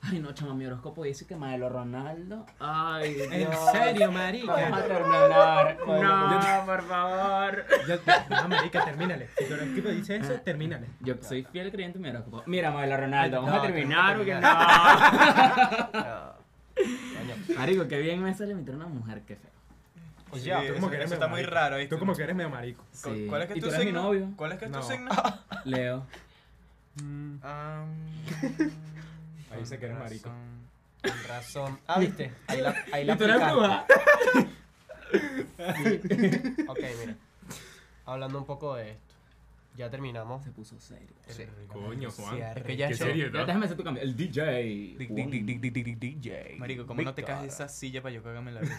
S2: Ay, no, chama, mi horóscopo dice que Maelo Ronaldo. Ay,
S3: En
S2: Dios.
S3: serio,
S1: Vamos a
S3: marica.
S1: terminar.
S2: No, por favor.
S3: Yo- no, marica, termínale. Si el equipo dice eso, termínale.
S2: Yo soy fiel creyente en mi horóscopo. Mira, Maelo Ronaldo, vamos
S1: No,
S2: a terminar
S1: tenemos que
S2: porque no. Marico, qué bien me sale imitar a una mujer, qué feo.
S1: O
S4: Sí,
S1: sea,
S4: eso,
S3: Tú Pues como que
S4: eso
S3: eres
S4: está
S3: medio
S4: muy
S3: marico.
S4: raro. ¿viste?
S3: Tú como que eres medio marico.
S4: ¿Cu-
S2: Sí.
S4: ¿Cuál es que
S2: y
S4: es
S2: tú
S4: tu
S2: eres mi
S4: signo?
S2: novio.
S4: ¿Cuál es que es tu
S3: No.
S4: signo?
S2: Leo.
S4: Ah,
S3: Ahí dice que eres marico.
S4: razón.
S1: Con razón. Ah, ¿viste? Ahí la, ahí la
S2: ¿Y tú eres
S1: aplicaste.
S2: bruja?
S1: Ok, mira. Hablando un poco de esto. Ya terminamos.
S2: Se puso serio.
S1: Sí.
S3: Coño, Juan.
S1: Es que ya
S3: Qué
S1: eso-
S3: serio,
S2: Ya
S3: ¿no?
S2: déjame hacer tu cambio. El DJ. Juan.
S1: DJ.
S4: Marico, ¿cómo no te caes de esa silla para yo cagarme la vida?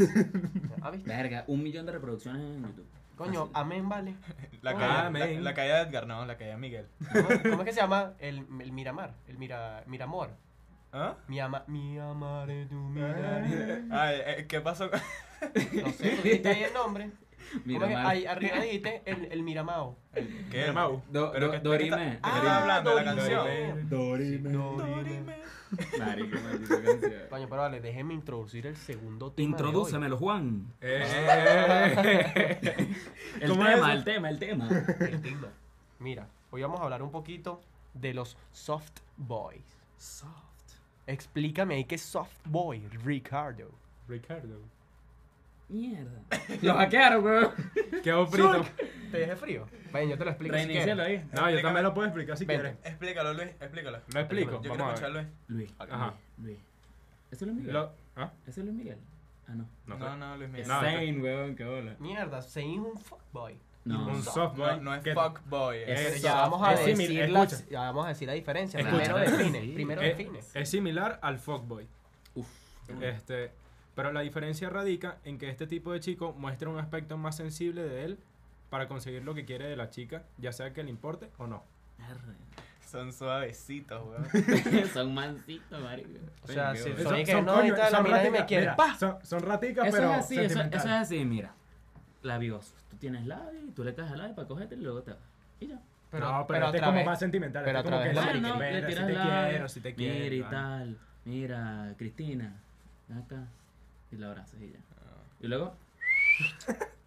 S1: Ah, ¿viste?
S2: Verga, un millón de reproducciones en YouTube.
S1: Coño,
S2: Fácil.
S1: amén, vale.
S4: La
S1: Ah,
S4: caída, la,
S3: amén.
S4: la caída de Edgar, no, la caída de Miguel.
S1: ¿Cómo es que se llama? El, el Miramar. El mira, Miramor.
S4: ¿Ah?
S1: Mi ama, mi amaré tu miraré.
S4: Ay, eh, ¿qué pasó?
S1: No sé, tú dijiste ahí el nombre.
S2: Mira,
S1: ¿Cómo es que
S2: Mar-
S1: ahí arriba dijiste el, el Miramao.
S4: ¿Qué?
S3: Mau.
S2: Do-
S4: Pero
S2: do-
S4: que-
S2: Dorime.
S1: Ah.
S4: que está-
S2: Dorime.
S4: hablando de la
S1: Dorime.
S4: canción.
S1: Dorime.
S6: Marico, maldita cantidad.
S1: Coño, pero vale, déjeme introducir el segundo tema. de hoy.
S2: Introdúcemelo, Juan.
S3: Eh, eh, eh, eh.
S2: El
S3: ¿Cómo
S2: tema,
S3: es?
S2: el tema, el tema.
S1: El tema. Mira, hoy vamos a hablar un poquito de los soft boys.
S2: Soft.
S1: Explícame ahí qué es soft boy, Ricardo.
S3: Ricardo.
S2: Mierda. Lo hackearon, weón.
S3: ¿Qué hago frito?
S1: ¿Te dejé frío? Ven, yo te lo explico. si
S2: Reinícialo
S1: quieres.
S2: ahí.
S3: No, yo también lo puedo explicar si
S1: Vente.
S3: quieres.
S4: Explícalo, Luis, explícalo.
S3: Lo explico.
S4: Yo quiero
S3: Vamos a ver.
S4: escucharlo, Luis.
S2: Luis.
S3: Ajá.
S2: Luis. ¿Eso es Luis Miguel?
S3: Lo- ¿Ah?
S2: ¿Eso es Luis Miguel? Ah, no.
S3: No,
S4: No, pues.
S3: sé.
S4: no, Luis
S2: Es
S4: Miguel.
S3: No,
S2: Zane, weón, qué bola.
S1: Mierda, se hizo un fuckboy.
S2: No.
S3: Un
S1: soft-
S3: softboy.
S4: No, no es
S3: que-
S4: fuckboy.
S2: Es-
S4: Es,
S1: Pero ya vamos a
S3: es
S1: decir
S3: simil-
S1: la,
S3: escucha.
S1: ya vamos a decir la diferencia.
S3: Escucha.
S1: Primero define,
S2: Sí.
S1: primero
S3: Eh,
S1: define.
S3: Es similar al fuckboy.
S2: Uf.
S3: Este, pero la diferencia radica en que este tipo de chico muestra un aspecto más sensible de él para conseguir lo que quiere de la chica, ya sea que le importe o no.
S4: Son suavecitos, weón.
S2: Son mancitos, marico.
S1: O sea, si
S3: Son-
S1: soy que
S3: son-
S1: no
S3: coño,
S1: ahorita la
S3: son
S1: mina y me
S3: raticas,
S1: quiere.
S3: mira,
S1: ¡pa!
S3: Son, son raticas,
S2: Eso es
S3: pero
S2: así, eso, eso es
S3: sentimentales.
S2: así, mira. Labioso. Tú tienes labio y tú le das al labio para cogerte y luego te Y ya.
S3: no, pero, este es
S1: otra
S3: como
S1: vez.
S3: más sentimental.
S1: pero
S3: este es como
S1: otra
S3: que
S1: vez
S3: sí,
S1: la
S2: Claro, no,
S3: mira,
S2: le tiras
S3: si te
S2: labio,
S3: quiero, si te quiero.
S2: Mira y
S3: ah.
S2: tal. Mira, Cristina. Ya está. Y la abrazas y ya.
S3: Ah.
S2: Y luego. Rescate.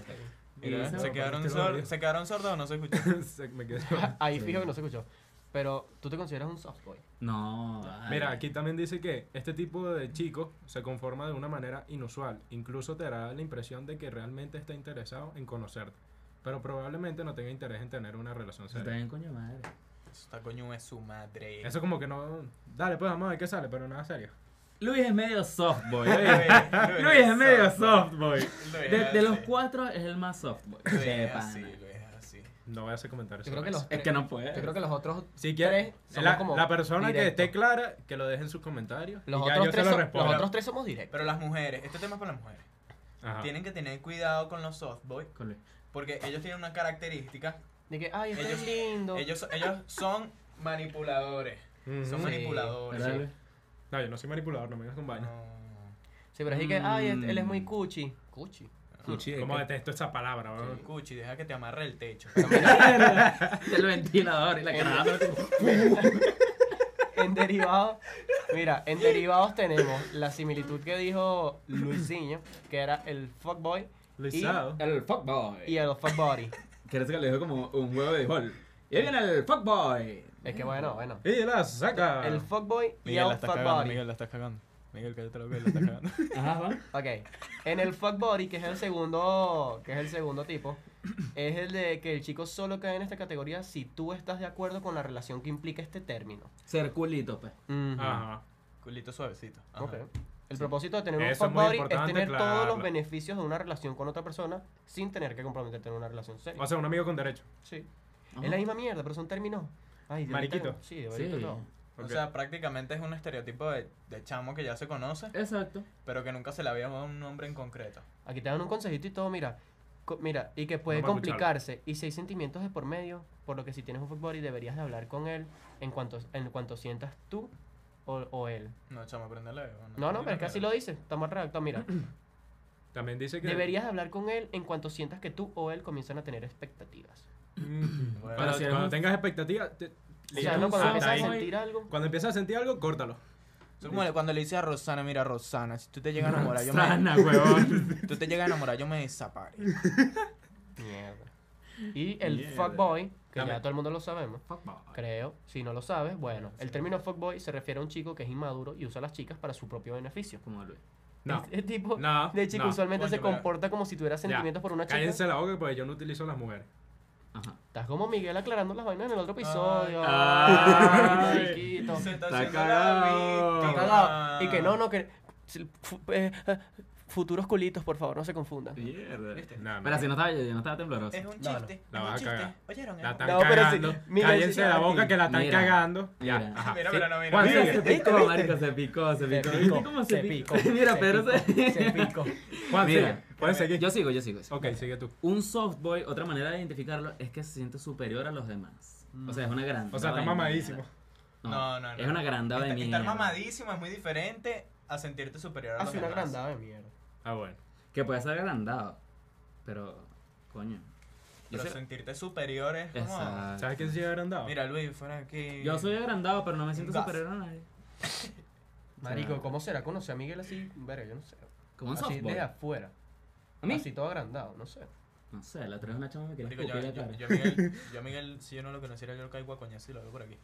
S4: Mira, pues,
S2: Y-
S4: ¿se,
S3: no,
S4: quedaron
S3: este lo
S4: sor-
S3: odio.
S4: ¿Se quedaron sordos o no se escuchó?
S3: Se- me quedé-
S1: Ahí fijo que no se escuchó. Pero tú te consideras un soft boy.
S2: No. vale.
S3: Mira, aquí también dice que este tipo de chico se conforma de una manera inusual. Incluso te dará la impresión de que realmente está interesado en conocerte. Pero probablemente no tenga interés en tener una relación
S2: Eso Está
S3: seria.
S2: bien, coño madre.
S4: Esta coño es su madre.
S3: Eso como que no... Dale, pues vamos a ver qué sale, pero nada serio.
S2: Luis es medio softboy.
S4: Luis,
S2: Luis Luis es medio
S4: soft.
S2: softboy.
S4: Luis
S2: De,
S4: es
S2: de los
S4: así.
S2: cuatro es el más softboy.
S4: Luis
S2: De
S4: es
S2: pana.
S4: así, Luis es así.
S3: No voy a hacer comentarios.
S1: Yo creo que
S3: sobre
S1: los
S3: eso.
S2: Es que no puede.
S3: Eh.
S1: Yo creo que los otros
S3: Si quieres,
S1: tres somos
S3: la,
S1: como
S3: la persona que
S1: directos.
S3: esté clara, que lo deje en sus comentarios.
S1: Los
S3: y ya
S1: otros,
S3: yo
S1: tres
S3: se lo
S1: son-
S3: respondo.
S1: los otros tres somos directos.
S4: Pero las mujeres, este tema es para las mujeres.
S3: Ajá.
S4: Tienen que tener cuidado con los softboys
S2: Con Luis.
S4: porque ellos tienen una característica.
S1: De que, ay, esto es
S4: Ellos-
S1: lindo.
S4: Ellos, ellos son manipuladores. Son
S1: Pues
S3: Ujú.
S1: Sí,
S4: manipuladores.
S2: ¿Verdad, Luis?
S3: No, yo no soy manipulador, no me vengas con vaina.
S4: No.
S1: Sí, pero es que, ay, él él es muy
S2: Mm.
S1: cuchi. Cuchi.
S2: Cuchi,
S3: Como
S2: ¿qué?
S3: detesto esa palabra, weón.
S4: Sí, Cuchi, deja que te amarre el techo.
S2: Del ventilador y la cara.
S1: En derivados, mira, en derivados tenemos la similitud que dijo Luisinho, que era el fuckboy
S3: Luisado.
S2: El fuckboy.
S1: y el fuckbody.
S2: Que parece que le dijo como un huevo de gol. Y ahí viene el fuckboy.
S1: Es que bueno, bueno.
S3: Y la saca.
S1: El fuckboy y
S4: Miguel la
S1: el
S4: estás cagando,
S1: fuckbody.
S4: Miguel la estás cagando. Miguel, cállate la boca, la estás cagando.
S2: Ajá, va.
S1: Ok. En el fuckbody, que es el segundo, que es el segundo tipo, es el de que el chico solo cae en esta categoría si tú estás de acuerdo con la relación que implica este término.
S2: Ser culito, pues.
S1: Ujú.
S3: Ajá.
S4: Culito suavecito. Ajá.
S1: Ok. El propósito de tener
S3: Eso es
S1: un
S3: muy
S1: fuckbody es,
S3: importante,
S1: tener todos
S3: claro.
S1: los beneficios de una relación con otra persona sin tener que comprometerte en una relación seria.
S3: O sea, un amigo con derecho.
S1: Sí.
S2: Ajá.
S1: Es la misma mierda, pero son términos. Ay, de
S3: Mariquito.
S1: ahorita- Sí, de
S2: Sí.
S1: ahorita todo.
S4: O
S3: Ok.
S4: sea, prácticamente es un estereotipo de, de chamo que ya se conoce,
S2: Exacto.
S4: pero que nunca se le había dado un nombre en concreto.
S1: Aquí te dan un consejito y todo, mira. co- mira, y que puede
S3: Vamos a escucharlo.
S1: complicarse. Y si hay sentimientos de por medio, por lo que si tienes un fuckbody deberías de hablar con él en cuanto, en cuanto sientas tú o, o él.
S4: No, chamo, aprendele. bueno,
S1: No, no,
S4: aprendele,
S1: pero es que así lo dice. Está más redactado, mira.
S3: También dice que.
S1: Deberías de hablar con él en cuanto sientas que tú o él comienzan a tener expectativas.
S3: Mm.
S4: Bueno,
S3: Cuando,
S2: si eres
S3: cuando
S2: un-
S3: tengas expectativas. te-
S1: O sea,
S3: listo.
S1: ¿no? cuando
S2: Ah,
S1: empiezas a
S2: ahí.
S3: Time.
S1: sentir algo.
S3: Cuando empiezas a sentir algo, córtalo.
S4: Eso como le- cuando le dice a Rosana, mira, Rosana, si tú te llegas a enamorar, yo me,
S1: Ah,
S2: Sana, huevón.
S4: tú te llegas a enamorar, yo me desaparezco.
S1: Mierda. Y el
S6: Mierda.
S1: fuckboy, que
S3: Dame.
S1: ya todo el mundo lo sabemos.
S2: Fuckboy.
S1: Creo, si no lo sabes, bueno, el término fuckboy se refiere a un chico que es inmaduro y usa a las chicas para su propio beneficio.
S2: Como Luis.
S3: No.
S1: Este tipo
S3: No,
S1: de chico
S3: no,
S1: usualmente
S4: coño,
S1: se
S4: pero-
S1: comporta como si tuviera sentimientos por una chica.
S3: Cállense la boca porque yo no utilizo las mujeres.
S2: Ajá.
S1: Estás como Miguel aclarando las vainas en el otro episodio.
S2: Ay.
S1: Ay, chiquito.
S4: Se está
S2: Está
S4: haciendo
S2: cagado.
S4: la
S1: Está
S4: víctima.
S1: cagado. Y que no, no, que si- fu- eh, eh, futuros culitos, por favor, no se confundan.
S2: Mierda.
S4: ¿Viste?
S3: No,
S2: Pero si no estaba, yo no estaba tembloroso.
S4: Es un
S1: No, no.
S4: chiste.
S3: La
S4: es un
S3: vas a
S4: chiste.
S3: cagar.
S4: Oyeron,
S3: La
S4: es un-
S3: están
S1: No, pero sí,
S3: cagando.
S1: mira,
S3: Cállense
S1: sí,
S3: la
S1: aquí.
S3: boca que la están
S2: Mira.
S3: cagando. Ya.
S2: Mira.
S3: Ajá.
S4: Mira,
S3: Sí.
S4: mira, no, mira.
S3: Juan,
S2: Mira,
S3: sigue.
S2: se picó, marico, se picó, se picó. ¿Viste cómo se picó? Mira, Pedro se...
S1: se picó.
S3: Juan,
S2: Mira.
S3: sigue. Puedes seguir.
S2: Yo sigo, yo sigo. sigo.
S3: Ok, sigue tú.
S2: Un softboy, otra manera de identificarlo es que se siente superior a los demás. O sea, es una gran.
S3: O sea, está mamadísimo.
S2: No, no, no. Es una grandada de
S4: Estar-
S2: mierda.
S4: Estar mamadísimo es muy diferente a sentirte superior a los
S1: Hace Ah, una
S4: demás.
S1: grandada de mierda.
S3: Ah, bueno.
S2: Que puede ser agrandado. Pero, coño. Yo
S4: Pero
S2: soy,
S4: sentirte superior es como...
S2: Exacto.
S3: ¿Sabes quién sigue agrandado?
S4: Mira, Luis, fuera aquí.
S2: Yo soy agrandado, pero no me siento
S4: Gas.
S2: superior a nadie.
S1: Marico, ¿cómo será conocer a Miguel así? Verga, yo no sé.
S2: Como un
S1: así
S2: softball.
S1: de afuera.
S2: ¿A mí?
S1: Así todo agrandado, no sé.
S2: No sé, la otra vez una chama me quería
S4: Marico, yo,
S2: escupir la
S4: yo,
S2: cara.
S4: yo a Miguel, yo a Miguel, si yo no lo conociera, yo lo caigo a coñazo y lo veo por aquí.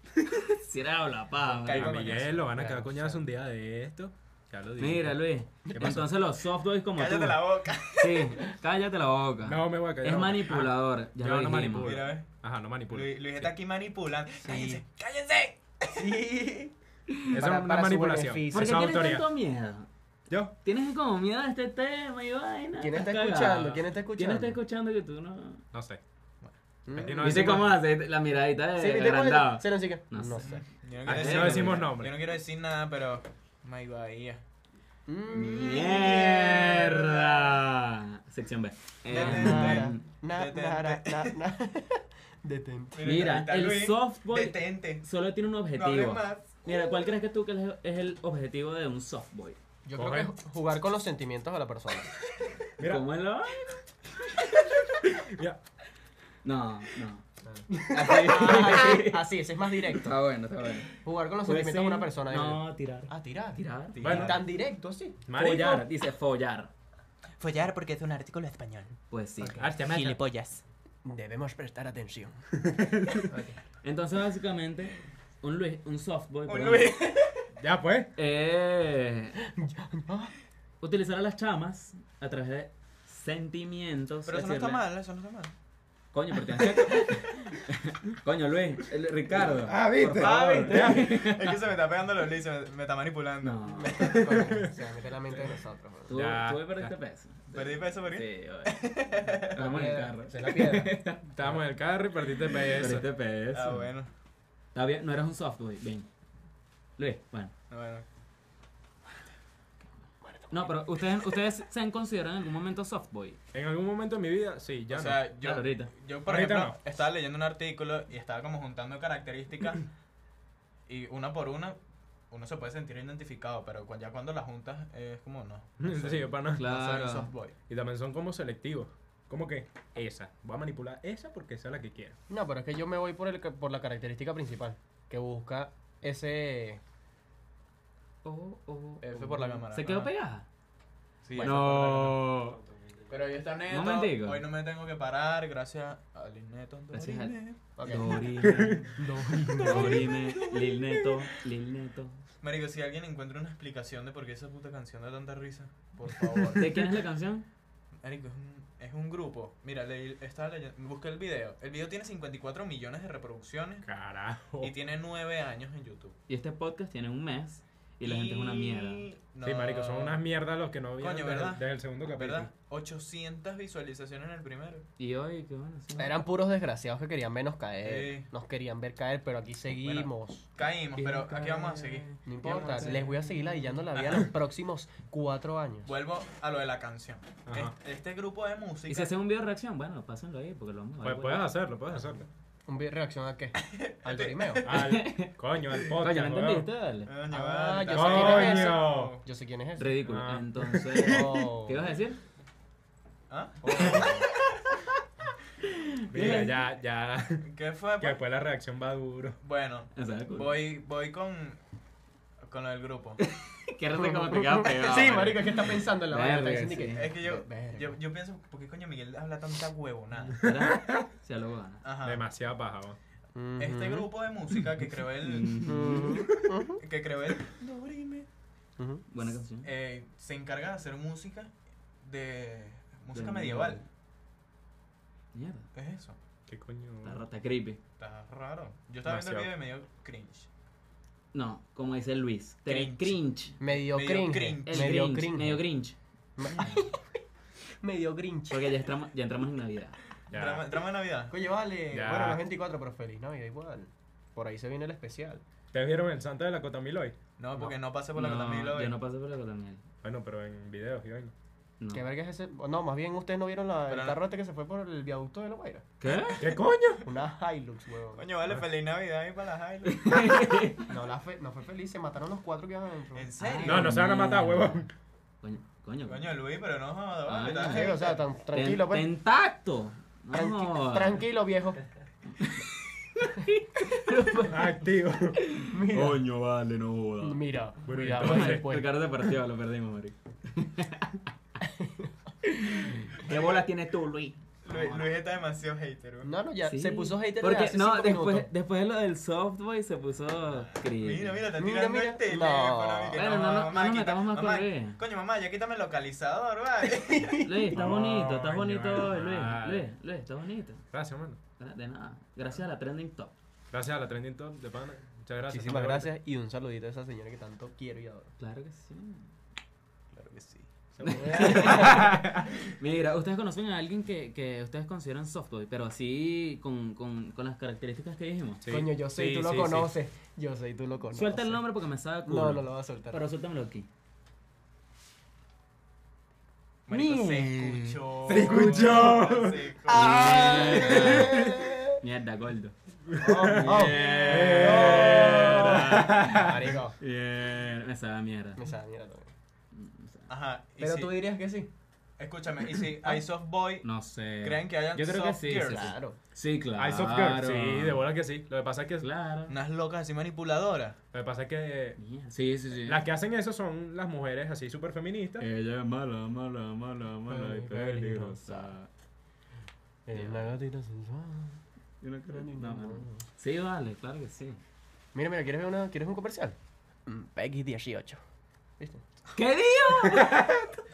S2: Si era la pava.
S4: Caigo
S3: A
S2: marico.
S4: coñazo.
S3: Miguel lo van a
S1: Claro,
S3: cagar coñazo
S1: sí.
S3: un día de esto. Ya lo dije.
S2: Mira, Luis.
S3: pasó?
S2: Entonces los softboys como tú.
S4: ¡Cállate la boca!
S2: Sí, cállate la boca.
S3: No me voy a callar.
S2: es manipulador. ya
S3: yo
S2: lo
S3: no
S2: dijimos.
S3: manipulo.
S4: Mira, ¿ves?
S3: Ajá, no manipula.
S4: Luis, Luis está aquí manipulando. ¡Cállense! ¡Cállense! Sí.
S3: Esa
S1: Para-
S3: es una
S1: para su
S3: manipulación.
S1: beneficio.
S3: Eso
S2: ¿Por qué
S3: es
S2: tienes
S3: autoridad.
S2: tanto miedo?
S3: Yo.
S2: Tienes como miedo a este tema y vaina.
S1: ¿Quién está
S2: estás cagado.
S1: escuchando? ¿Quién está escuchando?
S2: ¿Quién está escuchando que tú no...?
S3: No sé.
S1: Mm.
S3: Aquí no
S2: ¿Viste
S3: decimos-
S2: cómo hace la miradita de
S1: Sí, ¿viste cómo
S2: agrandado?
S1: le- sí, no, sí que-
S2: No
S1: No
S2: sé.
S1: sé.
S4: Yo quiero
S3: Aquí no
S4: decir-
S3: decimos nombre.
S4: Yo no quiero decir nada, pero. My Bahía.
S1: Mm.
S2: ¡Mierda! Sección B.
S1: Nara,
S2: Eh,
S4: Detente.
S1: na-
S4: Detente.
S1: nara, na- na- Detente.
S2: Mira,
S4: está
S2: el
S4: Luis.
S2: softboy-
S4: Detente.
S2: solo tiene un
S4: No hables
S2: objetivo.
S4: más.
S2: Mira, ¿cuál crees que tú que es es el objetivo de un softboy?
S1: Yo
S3: creo
S1: creo
S3: que
S1: que
S3: Correcto.
S1: jugar con los sentimientos de la persona.
S3: Mira.
S2: ¿Cómo es lo...?
S3: Mira,
S2: No, no.
S1: Así, así, ese es más directo.
S6: Está bueno, está bueno.
S7: Ah,
S1: Jugar con los sentimientos de una persona.
S2: Pues No, tirar.
S1: Ah, tirar.
S2: Tirar.
S3: Bueno.
S1: Tan directo, sí.
S3: marico.
S2: Follar, dice follar.
S7: Follar porque es un artículo español.
S2: Pues sí.
S3: Arte, macho.
S7: Gilipollas.
S1: Debemos prestar atención.
S2: Entonces, básicamente, un Luis, un softboy.
S4: Un
S2: perdón,
S4: Luis.
S3: Ya pues.
S2: eh, utilizar a las chamas a través de sentimientos.
S4: Pero eso no está
S2: decirle,
S4: mal, eso no está mal.
S2: Coño, pero tienes que- Coño, Luis, el- Ricardo.
S6: Ah, ¿viste?
S2: por favor.
S4: Es que se me está pegando los Luis, se me, me está manipulando.
S2: No,
S1: Se me mete la mente de nosotros. bro.
S2: tú,
S3: Ya,
S2: tú me perdiste peso.
S4: ¿Perdí peso por qué?
S2: Sí, oye. Vamos en el carro.
S1: Se la piedra.
S3: Estábamos en el carro y perdiste peso.
S2: Perdiste peso.
S4: Ah, bueno.
S2: Está bien, no eres un softboy. Bien. Luis, bueno.
S4: No, bueno.
S2: No, pero ustedes, ustedes se han considerado en algún momento softboy.
S3: En algún momento de mi vida, sí, ya
S4: o
S3: no.
S4: sea, yo,
S2: Claro, ahorita.
S4: yo por
S3: Ahorita
S4: ejemplo, estaba leyendo un artículo y estaba como juntando características y una por una uno se puede sentir identificado, pero cu- ya cuando las juntas eh, es como no. no soy-
S3: sí, para nada.
S4: no soy un soft boy.
S3: Y también son como selectivos. Como que esa. Voy a manipular esa porque esa es la que quiero.
S1: No, pero es que yo me voy por, el, por la característica principal. Que busca ese.
S2: Oh, oh,
S4: F
S2: oh.
S4: por la cámara.
S2: ¿Se quedó
S4: Ajá.
S2: pegada?
S4: Sí, Oh.
S2: No.
S4: Pero hoy está neto.
S2: momentico.
S4: Hoy no me tengo que parar gracias a Lil Neto.
S2: Gracias a-
S4: Dorime.
S1: Ok.
S2: Dorime, Dorime, Lil Neto, Lil Neto.
S4: Marico, si alguien encuentra una explicación de por qué esa puta canción da tanta risa, por favor.
S2: ¿De quién es la canción?
S4: Marico, es un, es un grupo. Mira, leí- estaba leyendo, busqué el video. El video tiene 54 millones de reproducciones
S3: Carajo.
S4: y tiene 9 años en YouTube.
S2: Y este podcast tiene un mes y la gente es una mierda.
S4: No.
S3: Sí, marico, son unas mierdas los que no vieron
S4: Coño,
S3: desde,
S4: ¿verdad?
S3: desde el segundo capítulo.
S4: ¿Verdad? 800 visualizaciones en el primero.
S2: Y hoy, qué bueno. sí.
S1: Eran puros desgraciados que querían vernos caer.
S4: Sí.
S1: Nos querían ver caer, pero aquí seguimos.
S4: Caímos, pero aquí vamos a seguir.
S1: No
S4: Vamos a
S1: importa,
S4: seguir.
S1: les voy a seguir ladillando la vida los próximos cuatro años.
S4: Vuelvo a lo de la canción.
S3: Ajá.
S4: Este, este grupo de música.
S2: Y si hacen un video de reacción, bueno, pásenlo ahí porque lo vamos a
S3: Pues
S2: ver.
S3: puedes hacerlo, puedes hacerlo.
S1: ¿Un video de reacción a qué? ¿Al dorimeo?
S3: Al, coño, al podcast.
S2: Coño, ¿no
S3: weón.
S2: entendiste? Dale.
S4: Coño,
S1: Ah, yo
S4: vale, está
S1: sé
S4: bien.
S1: quién es ese.
S3: Coño.
S1: Yo sé quién es ese.
S2: Ridículo.
S3: Ah.
S2: Entonces,
S1: Oh.
S2: ¿qué ibas a decir?
S4: ¿Ah?
S3: Mira, ya, ya.
S4: ¿Qué fue?
S3: Que después la reacción va duro.
S4: Bueno,
S2: O sea, cool.
S4: voy, voy con, con lo del grupo.
S2: Qué raro como te quedas pegado.
S1: Sí,
S2: marico.
S1: marica, es que está pensando en la vaina. Está
S2: Verga,
S1: diciendo
S2: sí.
S1: que...
S4: Es que yo,
S1: Verga.
S4: yo, yo pienso, ¿por qué coño Miguel habla tanta huevonada?
S2: ¿Verdad? Se lo gana.
S4: Ajá.
S3: Demasiada paja, weón.
S4: Este grupo de música que creó el. que creó el. Dorime.
S1: Ujú.
S2: Buena canción.
S4: eh, se encarga de hacer música de música
S2: Del
S4: medieval.
S2: mundo. Mierda.
S4: Es eso.
S3: ¿Qué coño?
S2: Está, rata creepy.
S4: Está raro. Yo estaba viendo el
S3: Demasiado.
S4: video y me dio cringe.
S2: No, como dice Luis. Te
S4: Cringe.
S2: cringe.
S1: Medio
S4: Medio
S1: cringe.
S4: cringe.
S2: El
S1: Medio
S2: cringe,
S1: cringe.
S2: Medio cringe.
S1: Medio cringe.
S2: Porque ya entramos, ya entramos en Navidad.
S3: Ya.
S4: Drama, drama de Navidad.
S1: Oye, vale.
S3: Ya.
S1: Bueno, no es 24, pero feliz Navidad igual. Por ahí se viene el especial.
S3: ¿Ustedes vieron el Santa de la Cotamil hoy?
S4: No, porque no, pasé por la
S2: no,
S4: Cotamilo.
S2: Yo no pasé por la colonial.
S3: Bueno, pero en videos y vaina.
S2: No.
S1: ¿Qué verga es ese? No, más bien ustedes no vieron la,
S4: Pero
S1: el
S4: no-
S1: carro este que se fue por el viaducto de la Guaira.
S2: ¿Qué?
S3: ¿Qué coño?
S1: Una Hilux, huevón.
S4: Coño,
S3: Ah.
S4: vale, feliz Navidad ahí para las Highlands.
S1: No, la fe- no fue feliz, se mataron los cuatro que iban adentro.
S4: ¿En serio?
S3: No, no se van a matar, huevón.
S2: Coño, coño.
S4: Coño, Luis, pero no jodas,
S2: Ah,
S4: vale.
S2: no.
S4: estás
S1: Sí, o sea, pues.
S4: heavy.
S1: tan, tranquilo, pues.
S2: Ten, tacto. No,
S1: Tranqui-
S2: jodas.
S1: tranquilo, viejo.
S3: Activo.
S1: Mira,
S2: Coño, vale, no joda.
S1: mira,
S3: Bueno,
S1: cuidado
S3: entonces,
S1: después.
S2: Ricardo te partió, lo perdimos, marico. ¿Qué bolas tienes tú, Luis?
S4: Luis, Luis está demasiado hater, weón.
S1: No, no, ya
S2: Sí.
S1: se puso hater
S2: Porque,
S1: hace
S2: no,
S1: cinco
S2: después,
S1: minutos.
S2: después de lo del softboy se puso cringe.
S4: Mira, mira, está
S1: Mira,
S4: tirando
S1: mira.
S4: el teléfono.
S1: No.
S4: amigo.
S2: Bueno, no, no, no nos
S4: quita-
S2: metamos más con
S4: mamá,
S2: Luis.
S4: Coño, mamá, ya quítame el localizador, vale.
S2: Luis, está
S3: No,
S2: bonito, está
S3: coño,
S2: bonito hoy, Luis.
S3: vale.
S2: Luis, Luis, está bonito.
S3: Gracias, mano.
S2: Ah, De nada. Gracias a la trending top.
S3: Gracias a la Trending Top de Pana. Muchas gracias.
S1: Muchísimas
S3: Muy
S1: gracias y un saludito a esa señora que tanto quiero y adoro.
S2: Claro que sí.
S4: Claro que sí.
S2: Mira, ustedes conocen a alguien que, que ustedes consideran softboy, pero así con, con, con las características que dijimos.
S3: Sí.
S1: Coño, yo sé y tú
S3: Sí,
S1: lo
S3: sí, sí.
S1: conoces. Yo sé y tú lo conoces.
S2: Suelta el nombre porque me sabe a culo.
S1: No, no lo vas a soltar.
S2: Pero suéltamelo aquí.
S4: Marico, se
S1: Mierda.
S4: escuchó.
S3: Se escuchó.
S4: Se escuchó.
S1: Ah.
S2: Mierda, gordo.
S1: Oh,
S2: Mierda.
S1: Marico.
S2: Bien. Me sabe a mierda.
S1: Me sabe, mira también.
S4: Ajá. y
S1: Pero
S4: si-
S1: tú Ah. dirías que sí.
S4: Escúchame, y si hay soft boy,
S2: No sé.
S4: ¿creen que hayan
S2: Yo creo que
S4: soft
S2: sí,
S4: girls?
S2: sí, sí.
S1: Claro.
S2: Sí, claro.
S3: Eyes of Girl. Sí, de bola que sí. Lo que pasa es que,
S2: Claro.
S4: Unas locas así manipuladoras.
S3: lo que, pasa es que
S2: Mierda. Sí, sí, sí.
S3: las que hacen eso son las mujeres así súper feministas.
S1: Eh,
S2: Ella es mala, mala, mala, mala y
S1: Ay,
S2: peligrosa.
S1: Es una gatita sensual.
S2: Yo no creo
S1: ni
S2: no,
S1: nada.
S2: no. Sí, vale, claro que sí.
S1: Mira, mira, ¿quieres ver una, ¿quieres un comercial? Mm, Peggy 18. ¿Viste?
S2: ¿Qué digo?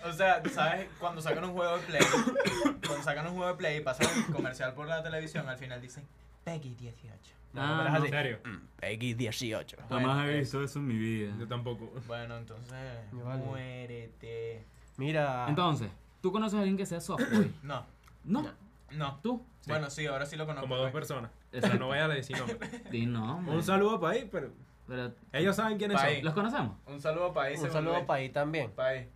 S4: O sea, ¿sabes? Cuando sacan un juego de play, cuando sacan un juego de play y pasan el comercial por la televisión, al final dicen
S8: Peggy 18.
S2: Ah,
S3: ¿En
S2: no.
S3: serio?
S1: Mm. Peggy 18.
S2: Jamás he visto eso en mi vida.
S3: Yo tampoco.
S4: Bueno, entonces,
S1: Me vale.
S4: muérete.
S1: Mira.
S2: Entonces, ¿tú conoces a alguien que sea softboy?
S4: No,
S2: no.
S4: no.
S2: ¿Tú?
S4: Bueno, sí, ahora sí lo conozco.
S1: pues,
S4: pues.
S3: Como dos personas. O sea,
S2: Exacto.
S3: no voy a decir nombre.
S2: Di no, hombre.
S3: Un saludo para ahí, pero
S2: Pero,
S3: ellos saben quiénes
S4: Pa' ahí.
S3: son.
S2: ¿Los conocemos?
S4: Un saludo para ahí.
S1: un
S4: según
S1: saludo
S4: Luis.
S1: para ahí también.
S4: Pa' ahí.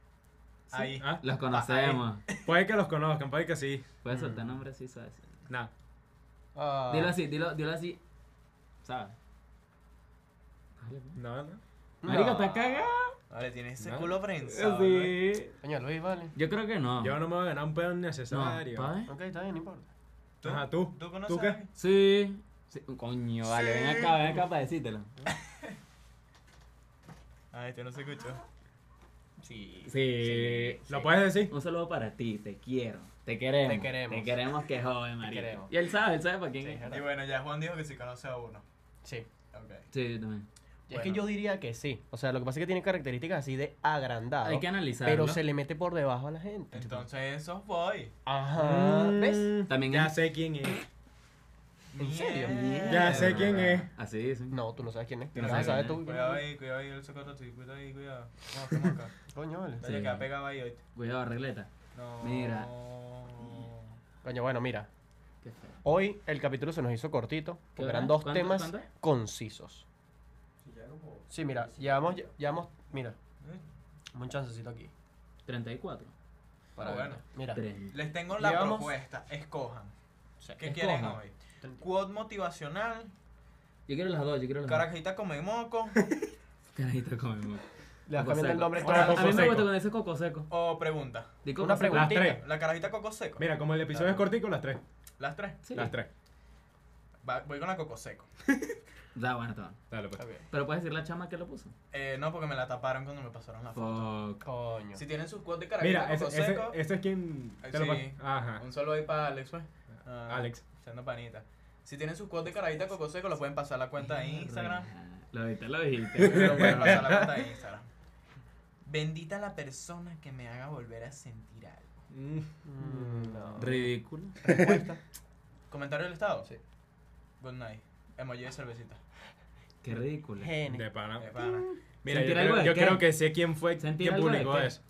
S4: Ahí.
S3: Ah,
S2: Los conocemos.
S3: Puede que los conozcan, puede que sí.
S2: Puedes soltar nombres así, ¿sabes?
S3: Nada.
S1: Ah,
S2: Dilo así, dilo, dilo así. ¿Sabes?
S3: No, no.
S1: no.
S2: Marico, está cagado.
S4: Ahora tienes ese
S3: No.
S4: culo prensado. ¿no?
S2: Sí.
S1: Coño, Luis, vale.
S2: Yo creo que no.
S3: Yo no me voy a ganar un pedo
S2: no.
S3: necesario.
S2: ¿Pabe?
S1: Ok, está bien, no importa.
S4: ¿Tú?
S3: Ajá, tú.
S4: ¿Tú conoces?
S3: qué?
S4: a alguien?
S2: Sí. Sí, Coño, vale,
S4: Sí.
S2: ven acá, ven acá para decírtelo.
S4: Ah, este no se escuchó.
S1: Sí.
S2: Sí.
S3: ¿Lo puedes decir?
S2: Un saludo para ti, te quiero. Te queremos.
S1: Te queremos.
S2: Te queremos que joven, marico.
S1: queremos.
S2: Y él sabe, él sabe para quién
S1: Sí,
S2: es.
S4: Y bueno, ya Juan dijo que sí conoce a uno.
S1: sí.
S4: Ok.
S2: Sí, yo también.
S1: Es que
S4: Bueno.
S1: yo diría que sí. O sea, lo que pasa es que tiene características así de agrandado.
S2: Hay que analizarlo.
S1: pero se le mete por debajo a la gente.
S4: Entonces, esos boy.
S1: Ajá. ¿Ves?
S3: Mm,
S2: Ah, También
S3: ya
S2: es-
S3: sé quién es.
S1: ¿En serio?
S4: Mierda.
S3: Ya sé quién es.
S2: Así dicen.
S1: No, tú no sabes quién es.
S2: Tú
S1: Tú
S2: no
S1: no
S2: sabes
S1: sabes, sabes
S2: quién
S1: tú.
S4: Cuidado ahí, cuidado ahí, el socoto, sí, cuidado ahí, cuidado. Vamos, vamos acá.
S1: Coño, vale.
S4: Vaya
S2: Sí.
S4: que ha pegado ahí hoy.
S2: Cuidado, regleta.
S4: No.
S2: Mira.
S1: Coño, bueno, mira.
S2: Qué feo.
S1: Hoy el capítulo se nos hizo cortito
S2: ¿Qué
S1: porque eran
S2: hora?
S1: dos
S2: ¿Cuánto?
S1: temas
S2: ¿Cuánto?
S1: concisos. Sí, mira, llevamos, llevamos, mira,
S4: Eh,
S1: un chancecito aquí.
S2: 34.
S1: Para
S4: Ah,
S1: ver.
S4: bueno.
S1: Mira,
S2: Tres.
S4: Les tengo la
S1: Llevamos-
S4: propuesta, escojan. ¿Qué
S2: Escojan.
S4: quieren hoy?
S1: Treinta.
S4: Quote motivacional,
S2: Yo quiero las dos, yo quiero las dos.
S4: carajita come moco
S2: Carajito comemos.
S1: le vas
S2: Coco
S1: cambiando el
S2: seco.
S1: nombre todo
S3: Ahora,
S1: el
S2: A mí
S1: mundo.
S2: me
S3: seco.
S2: gusta con ese coco seco.
S4: o pregunta.
S2: Di coco
S1: Una
S2: seco.
S3: Las
S1: preguntita.
S3: tres.
S4: La carajita coco seco.
S3: Mira, como el episodio es
S4: Claro.
S3: cortico, las tres.
S4: Las tres.
S2: Sí.
S3: Las tres.
S4: Va- voy con la coco seco.
S2: Da, bueno, está. bien.
S3: Dale, pues.
S4: Está bien.
S2: Pero puedes decir la chama que lo puso.
S4: Eh, no, porque me la taparon cuando me pasaron la foto.
S2: Fuck.
S1: Coño.
S4: Si tienen sus quotes de carajita
S3: Mira, ese,
S4: coco
S3: ese,
S4: seco,
S3: ese es quien.
S4: Ay,
S3: te lo
S4: sí.
S3: pa- Ajá.
S4: un solo ahí para Alex, pues. Ah,
S3: Alex.
S4: Siendo panita. Si tienen sus quotes de carajita coco seco, lo pueden pasar a la cuenta de Instagram.
S2: Lo dijiste, lo dijiste.
S4: Pero pueden pasar la cuenta de Instagram. Bendita la persona que me haga volver a sentir algo.
S3: Mm.
S1: Mm, no.
S2: Ridículo.
S4: ¿Comentario del estado?
S1: Sí.
S4: Good night. Emoji de cervecita.
S2: Qué ridículo.
S1: Gene.
S3: De pana.
S4: Eh, pana.
S3: Mira, yo,
S2: ¿Sentir algo
S3: creo,
S2: de
S3: yo
S2: qué?
S3: creo que sé quién fue
S2: ¿Sentir
S3: quien
S2: algo de
S3: publicó
S2: qué?
S3: eso.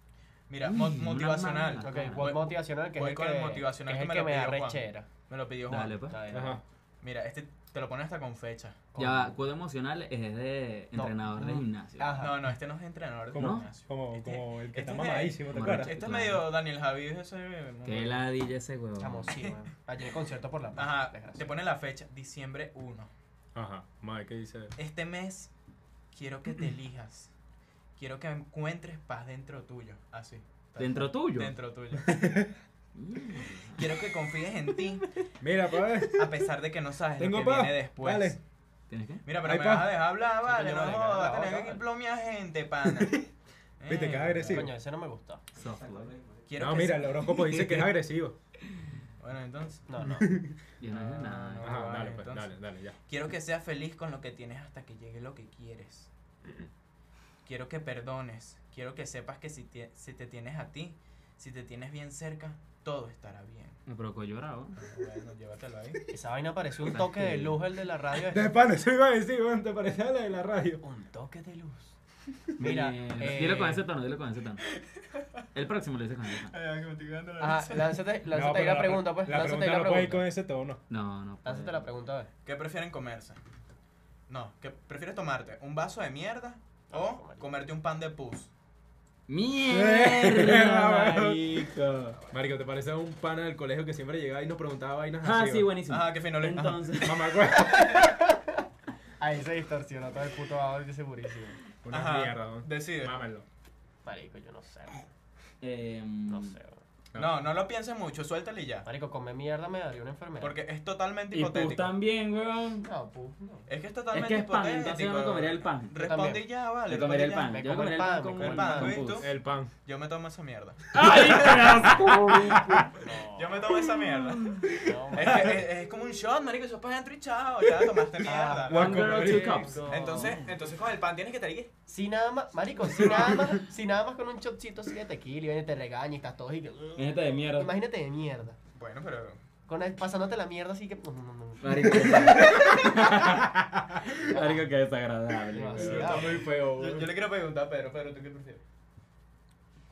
S4: Mira, mo-
S2: Mm, una
S4: motivacional.
S2: mala. pues.
S1: Ok, voy
S4: Voy-
S1: motivacional que es
S4: voy
S1: el
S4: con el
S1: que-
S4: motivacional
S1: que es
S4: que
S1: el
S4: me
S1: que
S4: lo
S1: me da
S4: pidió Juan.
S1: rechera.
S4: Me lo pidió Juan.
S2: Dale, pues.
S1: Está bien.
S3: Ajá.
S4: Mira, este te lo pone hasta con fecha.
S2: Ya va, cuodo emocional es de
S1: No.
S2: entrenador
S4: Ah.
S2: de gimnasio.
S1: Ajá.
S4: No, no, este no es entrenador de
S3: Como,
S4: gimnasio.
S3: como,
S4: Este-
S3: como el
S4: este
S3: que está
S4: es de-
S3: mamadísimo, ¿te
S2: Marico.
S3: acuerdas?
S4: Este es
S2: Claro.
S4: medio Daniel Javier, ese.
S2: Qué ladilla ese huevo.
S1: Chamo, sí, weón. Ayer concierto por la paz.
S4: Ajá,
S1: desgracia.
S4: te pone la fecha, diciembre 1.
S3: Ajá. Madre, ¿qué dice?
S4: Este mes quiero que te elijas. Quiero que encuentres paz dentro tuyo. Así.
S2: ¿Dentro tuyo?
S4: Dentro tuyo. Quiero que confíes en ti,
S3: Mira, pa' ver.
S4: a pesar de que no sabes
S3: Tengo
S4: lo que
S3: pa.
S4: viene después.
S3: Dale.
S2: ¿Tienes qué?
S4: Mira, pero
S3: Ahí
S4: me
S3: pa.
S4: vas a dejar hablar, vale,
S3: coño,
S4: no
S3: vale,
S4: jodas,
S3: calla la
S4: vas a tener
S3: boca,
S4: que
S3: vale.
S4: plomear gente, pana.
S3: Viste que es
S4: Eh,
S3: agresivo.
S1: Coño, ese no me gusta.
S2: Softball.
S4: Quiero
S3: No,
S4: que
S3: mira,
S4: se-
S3: el horóscopo dice que es agresivo.
S4: Bueno, entonces.
S1: No, no.
S2: Yo no dije nada.
S4: No,
S3: Ajá,
S4: vale,
S3: dale, pues,
S4: entonces.
S3: dale, dale, ya.
S4: Quiero que seas feliz con lo que tienes hasta que llegue lo que quieres. Quiero que perdones. Quiero que sepas que si, tie- si te tienes a ti, si te tienes bien cerca, todo estará bien.
S2: Me provocó llorar. ¿no?
S4: Bueno, llévatelo ahí.
S1: Esa vaina parece un toque de luz, el de la radio.
S3: De pan, eso iba a decir, weón, te parece a la de la radio.
S1: Un toque de luz. Mira,
S2: Bien.
S1: eh,
S2: Dilo con ese tono, dilo con ese tono. El próximo lo dices con ese tono.
S4: Ah,
S1: Ajá, lánzate, lánzate
S3: No,
S1: ahí
S3: pero
S1: la pregunta, pues.
S3: La
S1: lánzate
S3: pregunta
S1: ahí la
S3: no puede ir con
S1: pregunta.
S3: ese tono.
S2: No, no. puede.
S1: Lánzate la pregunta, a ver.
S4: ¿Qué prefieren comerse? No, ¿qué prefieres tomarte? ¿Un vaso de mierda
S1: Ah,
S4: o
S1: marico.
S4: comerte un pan de pus?
S2: ¡Mierda!
S3: marico. Marico, ¿te parece a un pana del colegio que siempre llegaba y nos preguntaba vainas
S2: Ah,
S3: así?
S2: sí,
S3: weón?
S2: buenísimo.
S4: Ajá, qué fino. Luis. Ajá.
S2: Entonces,
S3: Mamá, weón.
S1: Ahí se distorsiona todo el puto audio segurísimo.
S4: Ajá,
S3: Una mierda, weón.
S4: decide.
S3: Mámelo.
S1: Marico, yo no sé. weón.
S2: eh,
S1: No sé. weón.
S4: No, no lo pienses mucho, suéltale y ya.
S1: Marico, comer mierda me daría una enfermedad.
S4: Porque es totalmente
S2: Y pus
S4: hipotético.
S2: pues también, weón.
S1: No, pu, no.
S4: Es que es totalmente
S2: es pan,
S4: hipotético.
S2: entonces yo me comería el pan.
S1: Yo
S4: Responde
S1: también.
S4: y ya, vale.
S2: Yo comería el
S4: responde
S2: pan.
S1: Me
S2: Yo
S1: como el
S2: comería el
S1: pan,
S2: pan
S1: me
S2: con
S1: como
S4: el pan,
S2: con
S4: ¿viste
S2: pus.
S4: tú?
S3: El pan.
S4: y ya. Yo me tomo esa mierda.
S2: ¡Ay, qué asco!
S4: Yo me tomo esa mierda.
S1: No,
S4: es, que es, es como un shot, marico. Eso es para adentro y chao. Ya tomaste mierda.
S3: guau.
S2: One girl, two cups.
S1: marico.
S4: entonces, entonces con el pan tienes que estar ahí.
S1: Si nada más, marico, si nada más, si nada más con un shotcito así de tequila y ven y te regaña y estás todo y que...
S2: Gente Este de mierda.
S1: Imagínate de mierda.
S4: Bueno, pero.
S1: Con el- pasándote la mierda así que... no, no, no, no.
S2: Marico. Marico, qué desagradable.
S1: No,
S2: weón.
S1: sí.
S3: Está muy feo,
S4: Yo,
S3: weón.
S4: yo le quiero preguntar a Pedro, Pedro, ¿tú qué prefieres?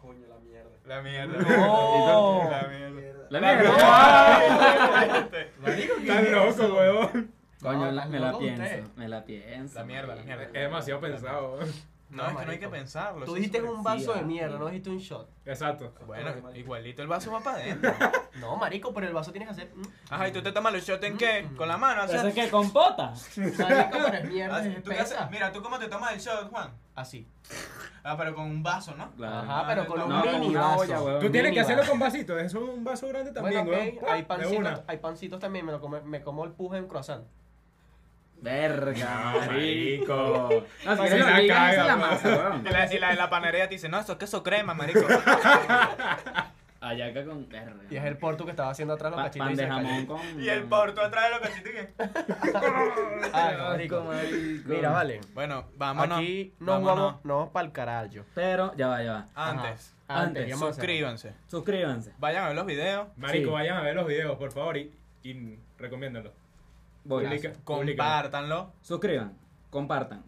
S9: Coño, la mierda.
S4: La mierda.
S1: No.
S4: La mierda.
S2: La mierda.
S4: La
S3: Estás loco, weón.
S2: Coño, la-
S1: No,
S2: me la
S1: loco usted.
S2: pienso. Me la pienso.
S4: mierda, la
S2: marico.
S4: mierda.
S3: Es demasiado pensado, weón.
S4: No, es que no hay que pensarlo.
S1: Tú
S4: eso
S1: dijiste
S4: es
S1: un vaso de
S2: sí,
S1: mierda,
S2: ah.
S1: no dijiste un shot.
S3: Exacto.
S4: súper- Bueno, igualito el vaso va para adentro.
S1: No, marico, pero el vaso tienes que hacer... mm.
S4: Ajá, ¿y tú te tomas los shots en qué? ¿Con la mano?
S2: ¿Eso es
S4: así.
S2: que compota?
S1: Marico, pero es mierda,
S4: Así,
S1: es
S4: Ah, ¿tú qué haces?
S1: espesa.
S4: Mira, ¿tú cómo te tomas el shot, Juan?
S1: Así.
S4: Ah, pero con un vaso, ¿no?
S1: Ajá, pero con un
S2: No, con
S1: mini
S2: una
S1: vaso.
S2: olla, weón.
S3: Tú tienes que
S1: mínima.
S3: hacerlo con vasito, es un vaso grande también,
S1: bueno,
S3: weón.
S1: ok, hay
S3: De una.
S1: pancitos, hay pancitos también, me, lo come- me como el puje en croissant.
S2: Verga,
S3: No,
S2: marico. No, si
S3: Para que
S2: quieres
S3: la
S2: la liga, esa
S3: caga,
S2: es la
S3: weón.
S2: masa, weón.
S4: Y la, y la de la panadería te dice, no, eso es queso crema, marico.
S2: Ayaca con verga.
S1: Y es el portu que estaba haciendo atrás los
S2: Pa-
S1: cachitos.
S2: pan
S1: y
S2: de
S1: se cayó.
S2: jamón con.
S4: y el porto atrás de los cachitos que...
S1: Ay, marico. Mira, vale.
S4: Bueno, vámonos.
S1: Aquí nos
S4: Vámonos.
S1: vamos, nos vamos para el carajo.
S2: Pero ya va, ya va.
S4: Antes,
S1: Ajá.
S2: Antes,
S1: ¿qué vamos a hacer?
S4: suscríbanse.
S2: Suscríbanse.
S4: Vayan a ver los videos.
S3: Marico,
S2: Sí.
S3: vayan a ver los videos, por favor, y, y recomiéndalo.
S2: Voy.
S3: Publica- publica.
S4: Compártanlo.
S2: Suscriban, compartan.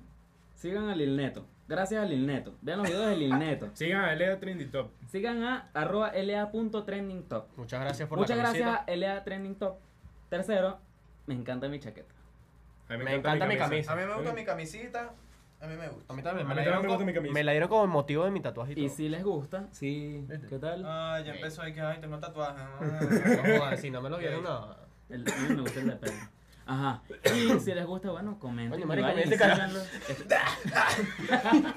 S2: Sigan a Lil Neto. Gracias a Lil Neto. Vean los videos de Lil Neto.
S3: Sigan a Leo Trinity Top.
S2: Sigan a arroba la.trendingtop.
S1: Muchas gracias por
S2: Muchas
S1: la
S2: gracias
S1: camiseta.
S2: a LA Trending Top. Tercero, me encanta mi chaqueta.
S3: A mí
S1: Me encanta mi camisa.
S4: A mí me gusta mi camisita. A mí me gusta.
S1: A mí también, me,
S3: A mí
S1: la
S3: también
S1: dieron
S3: me gusta mi
S1: como,
S3: camisa.
S1: me la dieron como motivo de mi tatuaje y todo.
S2: Y si les gusta, sí. ¿Qué tal?
S4: Ah, ya empezó ahí que, ay, tengo tatuaje.
S1: No,
S4: ah.
S1: jodas, si no me lo vieron, no.
S2: El- a mí me gusta el de Pedro. Ajá. Y si les gusta, bueno, comenten.
S1: Coño,
S2: y
S1: marico,
S2: vayan y
S1: este cara-
S2: síganlo.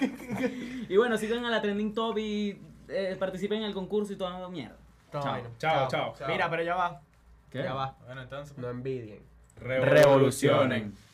S2: Y bueno, sigan a la Trending Top y eh, participen en el concurso y toda la mierda.
S1: Todo
S2: Chao.
S1: bueno.
S3: Chao, chao.
S1: Mira, pero ya va.
S2: ¿Qué?
S1: Ya va.
S4: Bueno, entonces. pues,
S1: No envidien.
S3: Revolucionen.